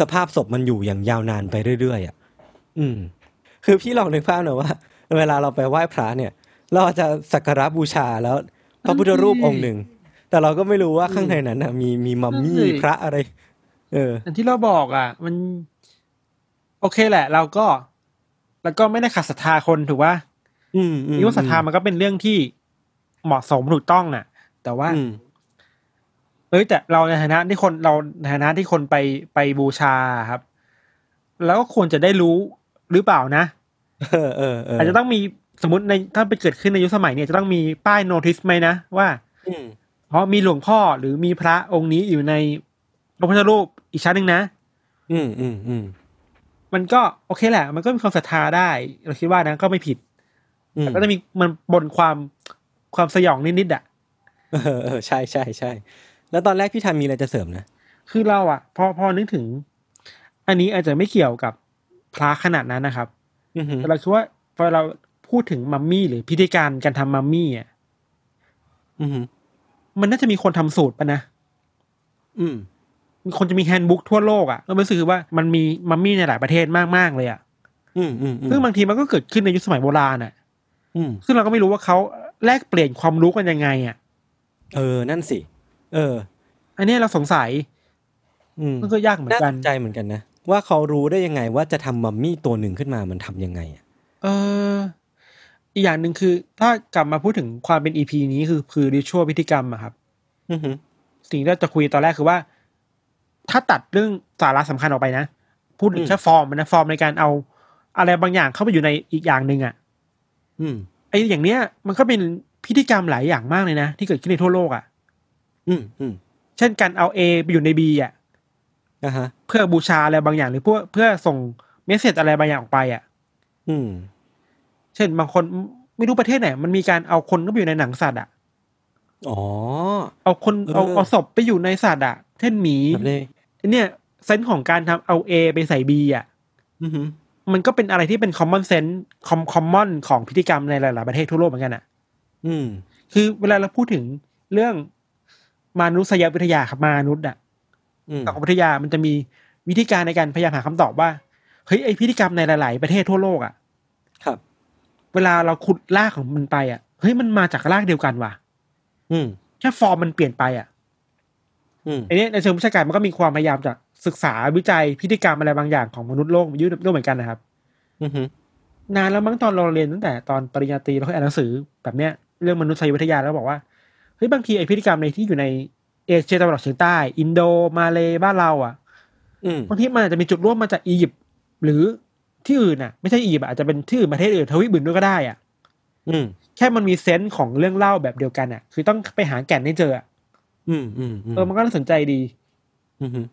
สภาพศพมันอยู่อย่างยาวนานไปเรื่อยๆอ่ะอืม คือพี่ลองนึกภาพหน่อยว่า เวลาเราไปไหว้พระเนี่ย เราอาจจะสักการะบูชาแล้ว พระพุทธรูปองค์หนึ่ง แต่เราก็ไม่รู้ว่าข้างในนั้นน่ะมีมีมัมมี่ ใช่ พระอะไร เออ อันที่เราบอกอ่ะ มัน โอเคแหละ เราก็แล้วก็ไม่ได้ขัดศรัทธาคนถูกป่ะ อืมอืม นี่ว่าศรัทธามันก็เป็นเรื่องที่เหมาะสมถูกต้องน่ะ แต่ว่า อืม เอ้ยแต่เราในฐานะที่คนเราในฐานะที่คนไปไปบูชาครับ แล้วก็ควรจะได้รู้หรือเปล่านะ เออเออเออ อาจจะต้องมีสมมติในถ้าไปเกิดขึ้นในยุคสมัยเนี่ยจะต้องมีป้ายโนติสไหมนะ ว่า อืม เพราะมีหลวงพ่อหรือมีพระองค์นี้อยู่ในพระพุทธรูปอีกชั้นหนึ่งนะ อืมอืมอืม มันก็โอเคแหละ มันก็มีความศรัทธาได้ เราคิดว่านะก็ไม่ผิด อืม แต่ก็จะมีมันบนความความสยองนิดๆอ่ะ เออเออใช่ใช่ใช่แล้วตอนแรกพี่ทันมีอะไรจะเสริมนะ คือเราอ่ะ พอพอนึกถึง อันนี้อาจจะไม่เกี่ยวกับพระขนาดนั้นนะครับ อือหือ แต่เราคิดว่าพอเราพูดถึงมัมมี่หรือพิธีการการทำมัมมี่อ่ะ อือหือ มันน่าจะมีคนทำสูตรปะนะ อืม มีคนจะมีแฮนด์บุ๊กทั่วโลกอ่ะเรารู้สึกว่ามันมีมัมมี่ในหลายประเทศมากๆเลยอ่ะ อืมอืมอืม ซึ่งบางทีมันก็เกิดขึ้นในยุคสมัยโบราณอ่ะ อืม ซึ่งเราก็ไม่รู้ว่าเขาแลกเปลี่ยนความรู้กันยังไงอ่ะ เออนั่นสิ เออ อันเนี้ยเราสงสัย อืม มันก็ยากเหมือน น่า กั ส น นใจเหมือนกันนะ ว่าเขารู้ได้ยังไงว่าจะทำมัมมี่ตัวหนึ่งขึ้นมามันทำยังไงอะ เออ อีกอย่างหนึ่งคือ ถ้ากลับมาพูดถึงความเป็นอีพีนี้คือคือริชวลพิธีกรรมอะครับ อือหือ สิ่งที่เราจะคุยตอนแรกคือว่า ถ้าตัดเรื่องสาระสำคัญออกไปนะ พูดถึงแค่ฟอร์มนะฟอร์มในการเอาอะไรบางอย่างเข้าไปอยู่ในอีกอย่างหนึ่งอะ่ะ อืม ไออย่างเนี้ย มันก็เป็นพิธีกรรมหลายอย่างมากเลยนะ ที่เกิดขึ้นในทั่วโลกอะ่ะ อืมอืม เช่นการเอา A ไปอยู่ใน B อะ่ะ อ่ะฮะ เพื่อบูชาอะไรบางอย่าง หรือเพื่อเพื่อส่งเมสเซจอะไรบางอย่างออกไปอะ่ะ อืม เช่นบางคนไม่รู้ประเทศไหนมันมีการเอาคนเข้าไปอยู่ในหนังสัตว์อะ่ะ อ๋อ เอาคน เออ เอาเอาศพไปอยู่ในสัตว์อะ่ะ เช่นหมี แบบนี้ เนี่ยเซนส์ของการทำเอา A ไปใส่ B อ่ะ อือหือ มันก็เป็นอะไรที่เป็น common sense คอม common ของพฤติกรรมในหลาย ๆ ประเทศทั่วโลกเหมือนกันอ่ะ อืม คือเวลาเราพูดถึงเรื่องมนุษยวิทยาครับมนุษย์อ่ะ อืม สังคมวิทยามันจะมีวิธีการในการพยายามหาคำตอบว่าเฮ้ยไอพฤติกรรมในหลาย ๆ ประเทศทั่วโลกอ่ะ ครับ เวลาเราขุดรากของมันไปอ่ะเฮ้ยมันมาจากรากเดียวกันว่ะ อืม แค่ฟอร์มมันเปลี่ยนไปอ่ะ อืม ไอเนี้ยในเชิงวิชาการมันก็มีความพยายามจากศึกษาวิจัยพฤติกรรมอะไรบางอย่างของมนุษย์โลกยุคด้วยเหมือนกันนะครับ อือหือน านแล้วมั้งตอนเราเรียนตั้งแต่ตอนปริญญาตรีเราเคยอ่านหนังสือแบบเนี้ยเรื่องมนุษยวิทยาแล้วบอกว่าเฮ้ยบางทีไอพฤติกรรมในที่อยู่ในเอเชียตะวันออกเฉียงใต้ อินโดมาเลบ้านเราอ่ะ อืม บางทีมันอาจจะมีจุดร่วมมาจากอียิปต์หรือที่อื่นอ่ะไม่ใช่อียิปต์อะอาจจะเป็นที่อื่นประเทศอื่นทวีปอื่นด้วยก็ได้อ่ะ อืม แค่มันมีเซนส์ของเรื่องเล่าแบบเดียวกันอ่ะ คือต้องไปหาแก่นให้เจออะ อืมอืมอืม เออมันก็น่าสนใจดี อือหือ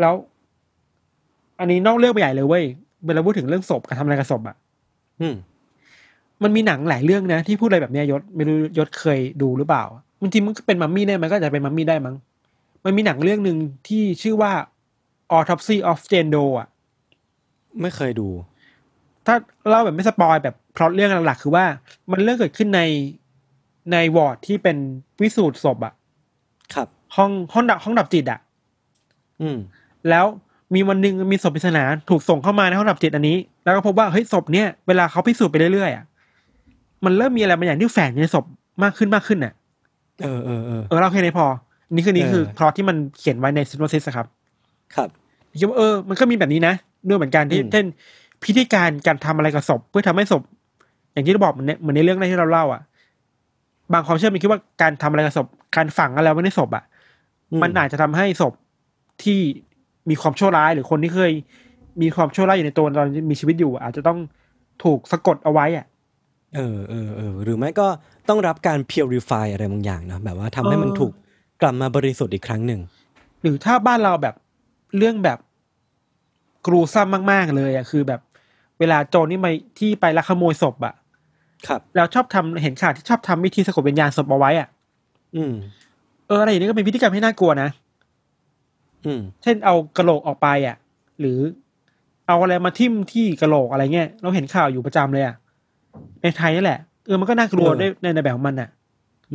แล้ว อันนี้นอกเรื่องไปใหญ่เลยเว้ยเวลาพูดถึงเรื่องศพการทำอะไรกับศพอ่ะ อืม มันมีหนังหลายเรื่องนะที่พูดอะไรแบบเนี้ยยศไม่รู้ยศเคยดูหรือเปล่าบางทีมันก็เป็นมัมมี่ได้มันก็อาจจะเป็นมัมมี่ได้มั้งมันมีหนังเรื่องหนึ่งที่ชื่อว่า autopsy of Jane Doe อ่ะ ไม่เคยดู ถ้าเล่าแบบไม่สปอยแบบพล็อตเรื่องหลักๆคือว่า มันเรื่องเกิดขึ้นในในวอร์ดที่เป็นวิสูตรศพอ่ะ ครับ ห้องห้องดับห้องดับจิตอ่ะ อืม แล้วมีวันหนึ่งมีศพปริศนาถูกส่งเข้ามาในห้องดับจิตอันนี้ แล้วก็พบว่าเฮ้ยศพเนี่ยเวลาเขาพิสูจน์ไปเรื่อยๆอ่ะ มันเริ่มมีอะไรบางอย่างที่แฝงอยู่ในศพมากขึ้นมากขึ้นน่ะ เออเออเออ เออเราแค่นี้พอ นี่คือนี่คือ เออ พลอตที่มันเขียนไว้ในซินโนซิสครับ ครับ คิดว่าเออมันก็มีแบบนี้นะด้วยเหมือนกันที่ อืม เช่นพิธีการการทำอะไรกับศพเพื่อทำให้ศพ อย่างที่เราบอกเหมือนในเหมือนในเรื่องแรกที่เราเล่าอ่ะ บางความเชื่อมันคิดว่าการทำอะไรกับศพการฝังอะไรไว้ในศพอ่ะ มันอาจจะทำให้ศพที่มีความชั่วร้ายหรือคนที่เคย มีความชั่วร้ายอยู่ในตัวตอนมีชีวิตอยู่อะอาจจะต้องถูกสะกดเอาไว้อ่ะ เออเออเออหรือไม่ก็ต้องรับการ purify อะไรบางอย่างนะแบบว่าทำให้มัน เออ ถูกกลับมาบริสุทธิ์อีกครั้งหนึ่ง หรือถ้าบ้านเราแบบเรื่องแบบกรูซ้ำมาก ๆ เลยอ่ะคือแบบเวลาโจรนี่มาที่ไปลักขโมยศพอ่ะ ครับ แล้วชอบทำเห็นข่าวที่ชอบทำวิธีสะกดวิญญาณศพเอาไว้อ่ะ อืม เอออะไรอย่างนี้ก็เป็นพิธีกรรมที่น่ากลัวนะ อืม เช่นเอากระโหลกออกไปอ่ะ หรือเอาอะไรมาทิ่มที่กระโหลกอะไรเงี้ยเราเห็นข่าวอยู่ประจำเลยอ่ะในไทยนี่แหละเออมันก็น่ากลัว เออ ด้วยในในแบบของมันอ่ะ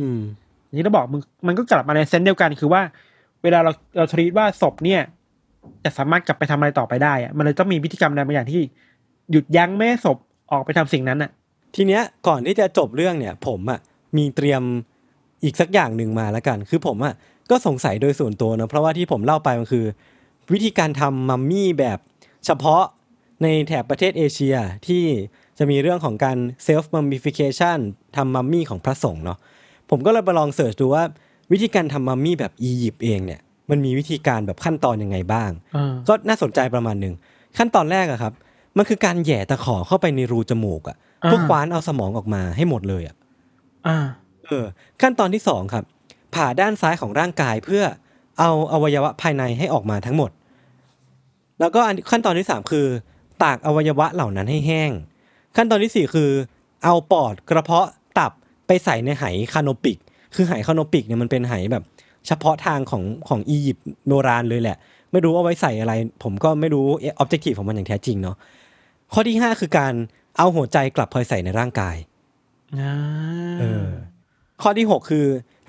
อืม อย่างที่เราบอกมึงมันก็กลับมาในเซนส์เดียวกันคือว่า เวลาเราเราทรีตว่าศพเนี่ย จะสามารถกลับไปทำอะไรต่อไปได้อ่ะมันเลยต้องมีพิธีกรรมอะไรบางอย่างที่ หยุดยั้งไม่ให้ศพออกไปทำสิ่งนั้นอ่ะ ทีเนี้ยก่อนที่จะจบเรื่องเนี่ย ผมอะ่ะมีเตรียมอีกสักอย่างหนึ่งมาละกัน คือผมอะ่ะก็สงสัยโดยส่วนตัวนะเพราะว่าที่ผมเล่าไปมันคือ วิธีการทำมัมมี่แบบเฉพาะในแถบประเทศเอเชียที่จะมีเรื่องของการเซลฟ์มัมมิฟิเคชันทำมัมมี่ของพระสงฆ์เนาะผมก็เลยไปลองเสิร์ชดูว่าวิธีการทำมัมมี่แบบอียิปต์เองเนี่ยมันมีวิธีการแบบขั้นตอนยังไงบ้าง เออ ก็น่าสนใจประมาณหนึ่งขั้นตอนแรกอะครับ มันคือการแหย่ตะขอเข้าไปในรูจมูกอะ อ่า เพื่อคว้านเอาสมองออกมาให้หมดเลยอะ อ่า เออ ขั้นตอนที่สองครับ ผ่าด้านซ้ายของร่างกายเพื่อเอาอวัยวะภายในให้ออกมาทั้งหมด แล้วก็อันขั้นตอนที่สามคือ ตากอวัยวะเหล่านั้นให้แห้ง ขั้นตอนที่สี่คือ เอาปอดกระเพาะตับไปใส่ในไหคานโนปิก คือไหคานโนปิกเนี่ยมันเป็นไหแบบ เฉพาะทางของของอียิปต์โบราณเลยแหละ ไม่รู้เอาไว้ใส่อะไร ผมก็ไม่รู้ออบเจกตีฟของมันอย่างแท้จริงเนาะข้อที่ 5 คือการเอาหัวใจกลับไปใส่ในร่างกายเออข้อที่ 6 คือ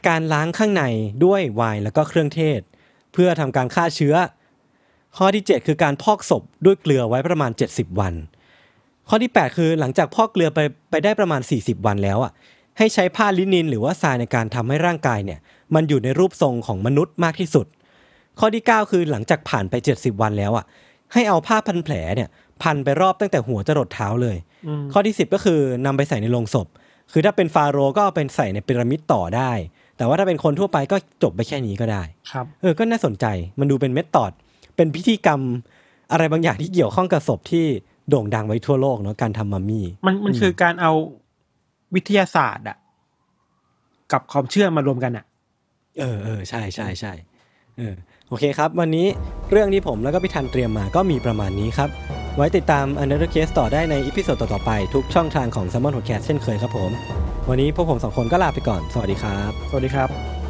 การล้างข้างในด้วยไวน์แล้วก็เครื่องเทศ เพื่อทำการฆ่าเชื้อ ข้อที่ 7 คือการพอกศพด้วยเกลือไว้ประมาณ 70 วัน ข้อที่ 8 คือหลังจากพอกเกลือไปไปได้ประมาณ 40 วันแล้วอ่ะให้ใช้ผ้าลินินหรือว่าทรายในการทำให้ร่างกายเนี่ย มันอยู่ในรูปทรงของมนุษย์มากที่สุด ข้อที่ 9 คือหลังจากผ่านไป 70 วันแล้วอ่ะให้เอาผ้าพันแผลเนี่ย พันไปรอบตั้งแต่หัวจรดเท้าเลย อืม ข้อที่ 10 ก็คือนำไปใส่ในโลงศพ คือถ้าเป็นฟาโรห์ก็เอาไปใส่ในพีระมิดต่อได้ แต่ว่าถ้าเป็นคนทั่วไปก็จบไปแค่นี้ก็ได้ ครับ เออ ก็น่าสนใจ มันดูเป็นเมธอด เป็นพิธีกรรม อะไรบางอย่างที่เกี่ยวข้องกับศพที่โด่งดังไว้ทั่วโลกเนาะ การทำมัมมี่ มันมันคือการเอาวิทยาศาสตร์อ่ะกับความเชื่อมารวมกันอ่ะ เออเออใช่ใช่ใช่เออโอเคครับ วันนี้เรื่องที่ผมแล้วก็พี่ทันเตรียมมาก็มีประมาณนี้ครับ ไว้ติดตาม u n d e r Case ต่อได้ในอีพิโซดต่อๆไปทุกช่องทางของ s ซ m o n Podcast เช่นเคยครับผม วันนี้พวกผมสองคนก็ลาไปก่อน สวัสดีครับ สวัสดีครับ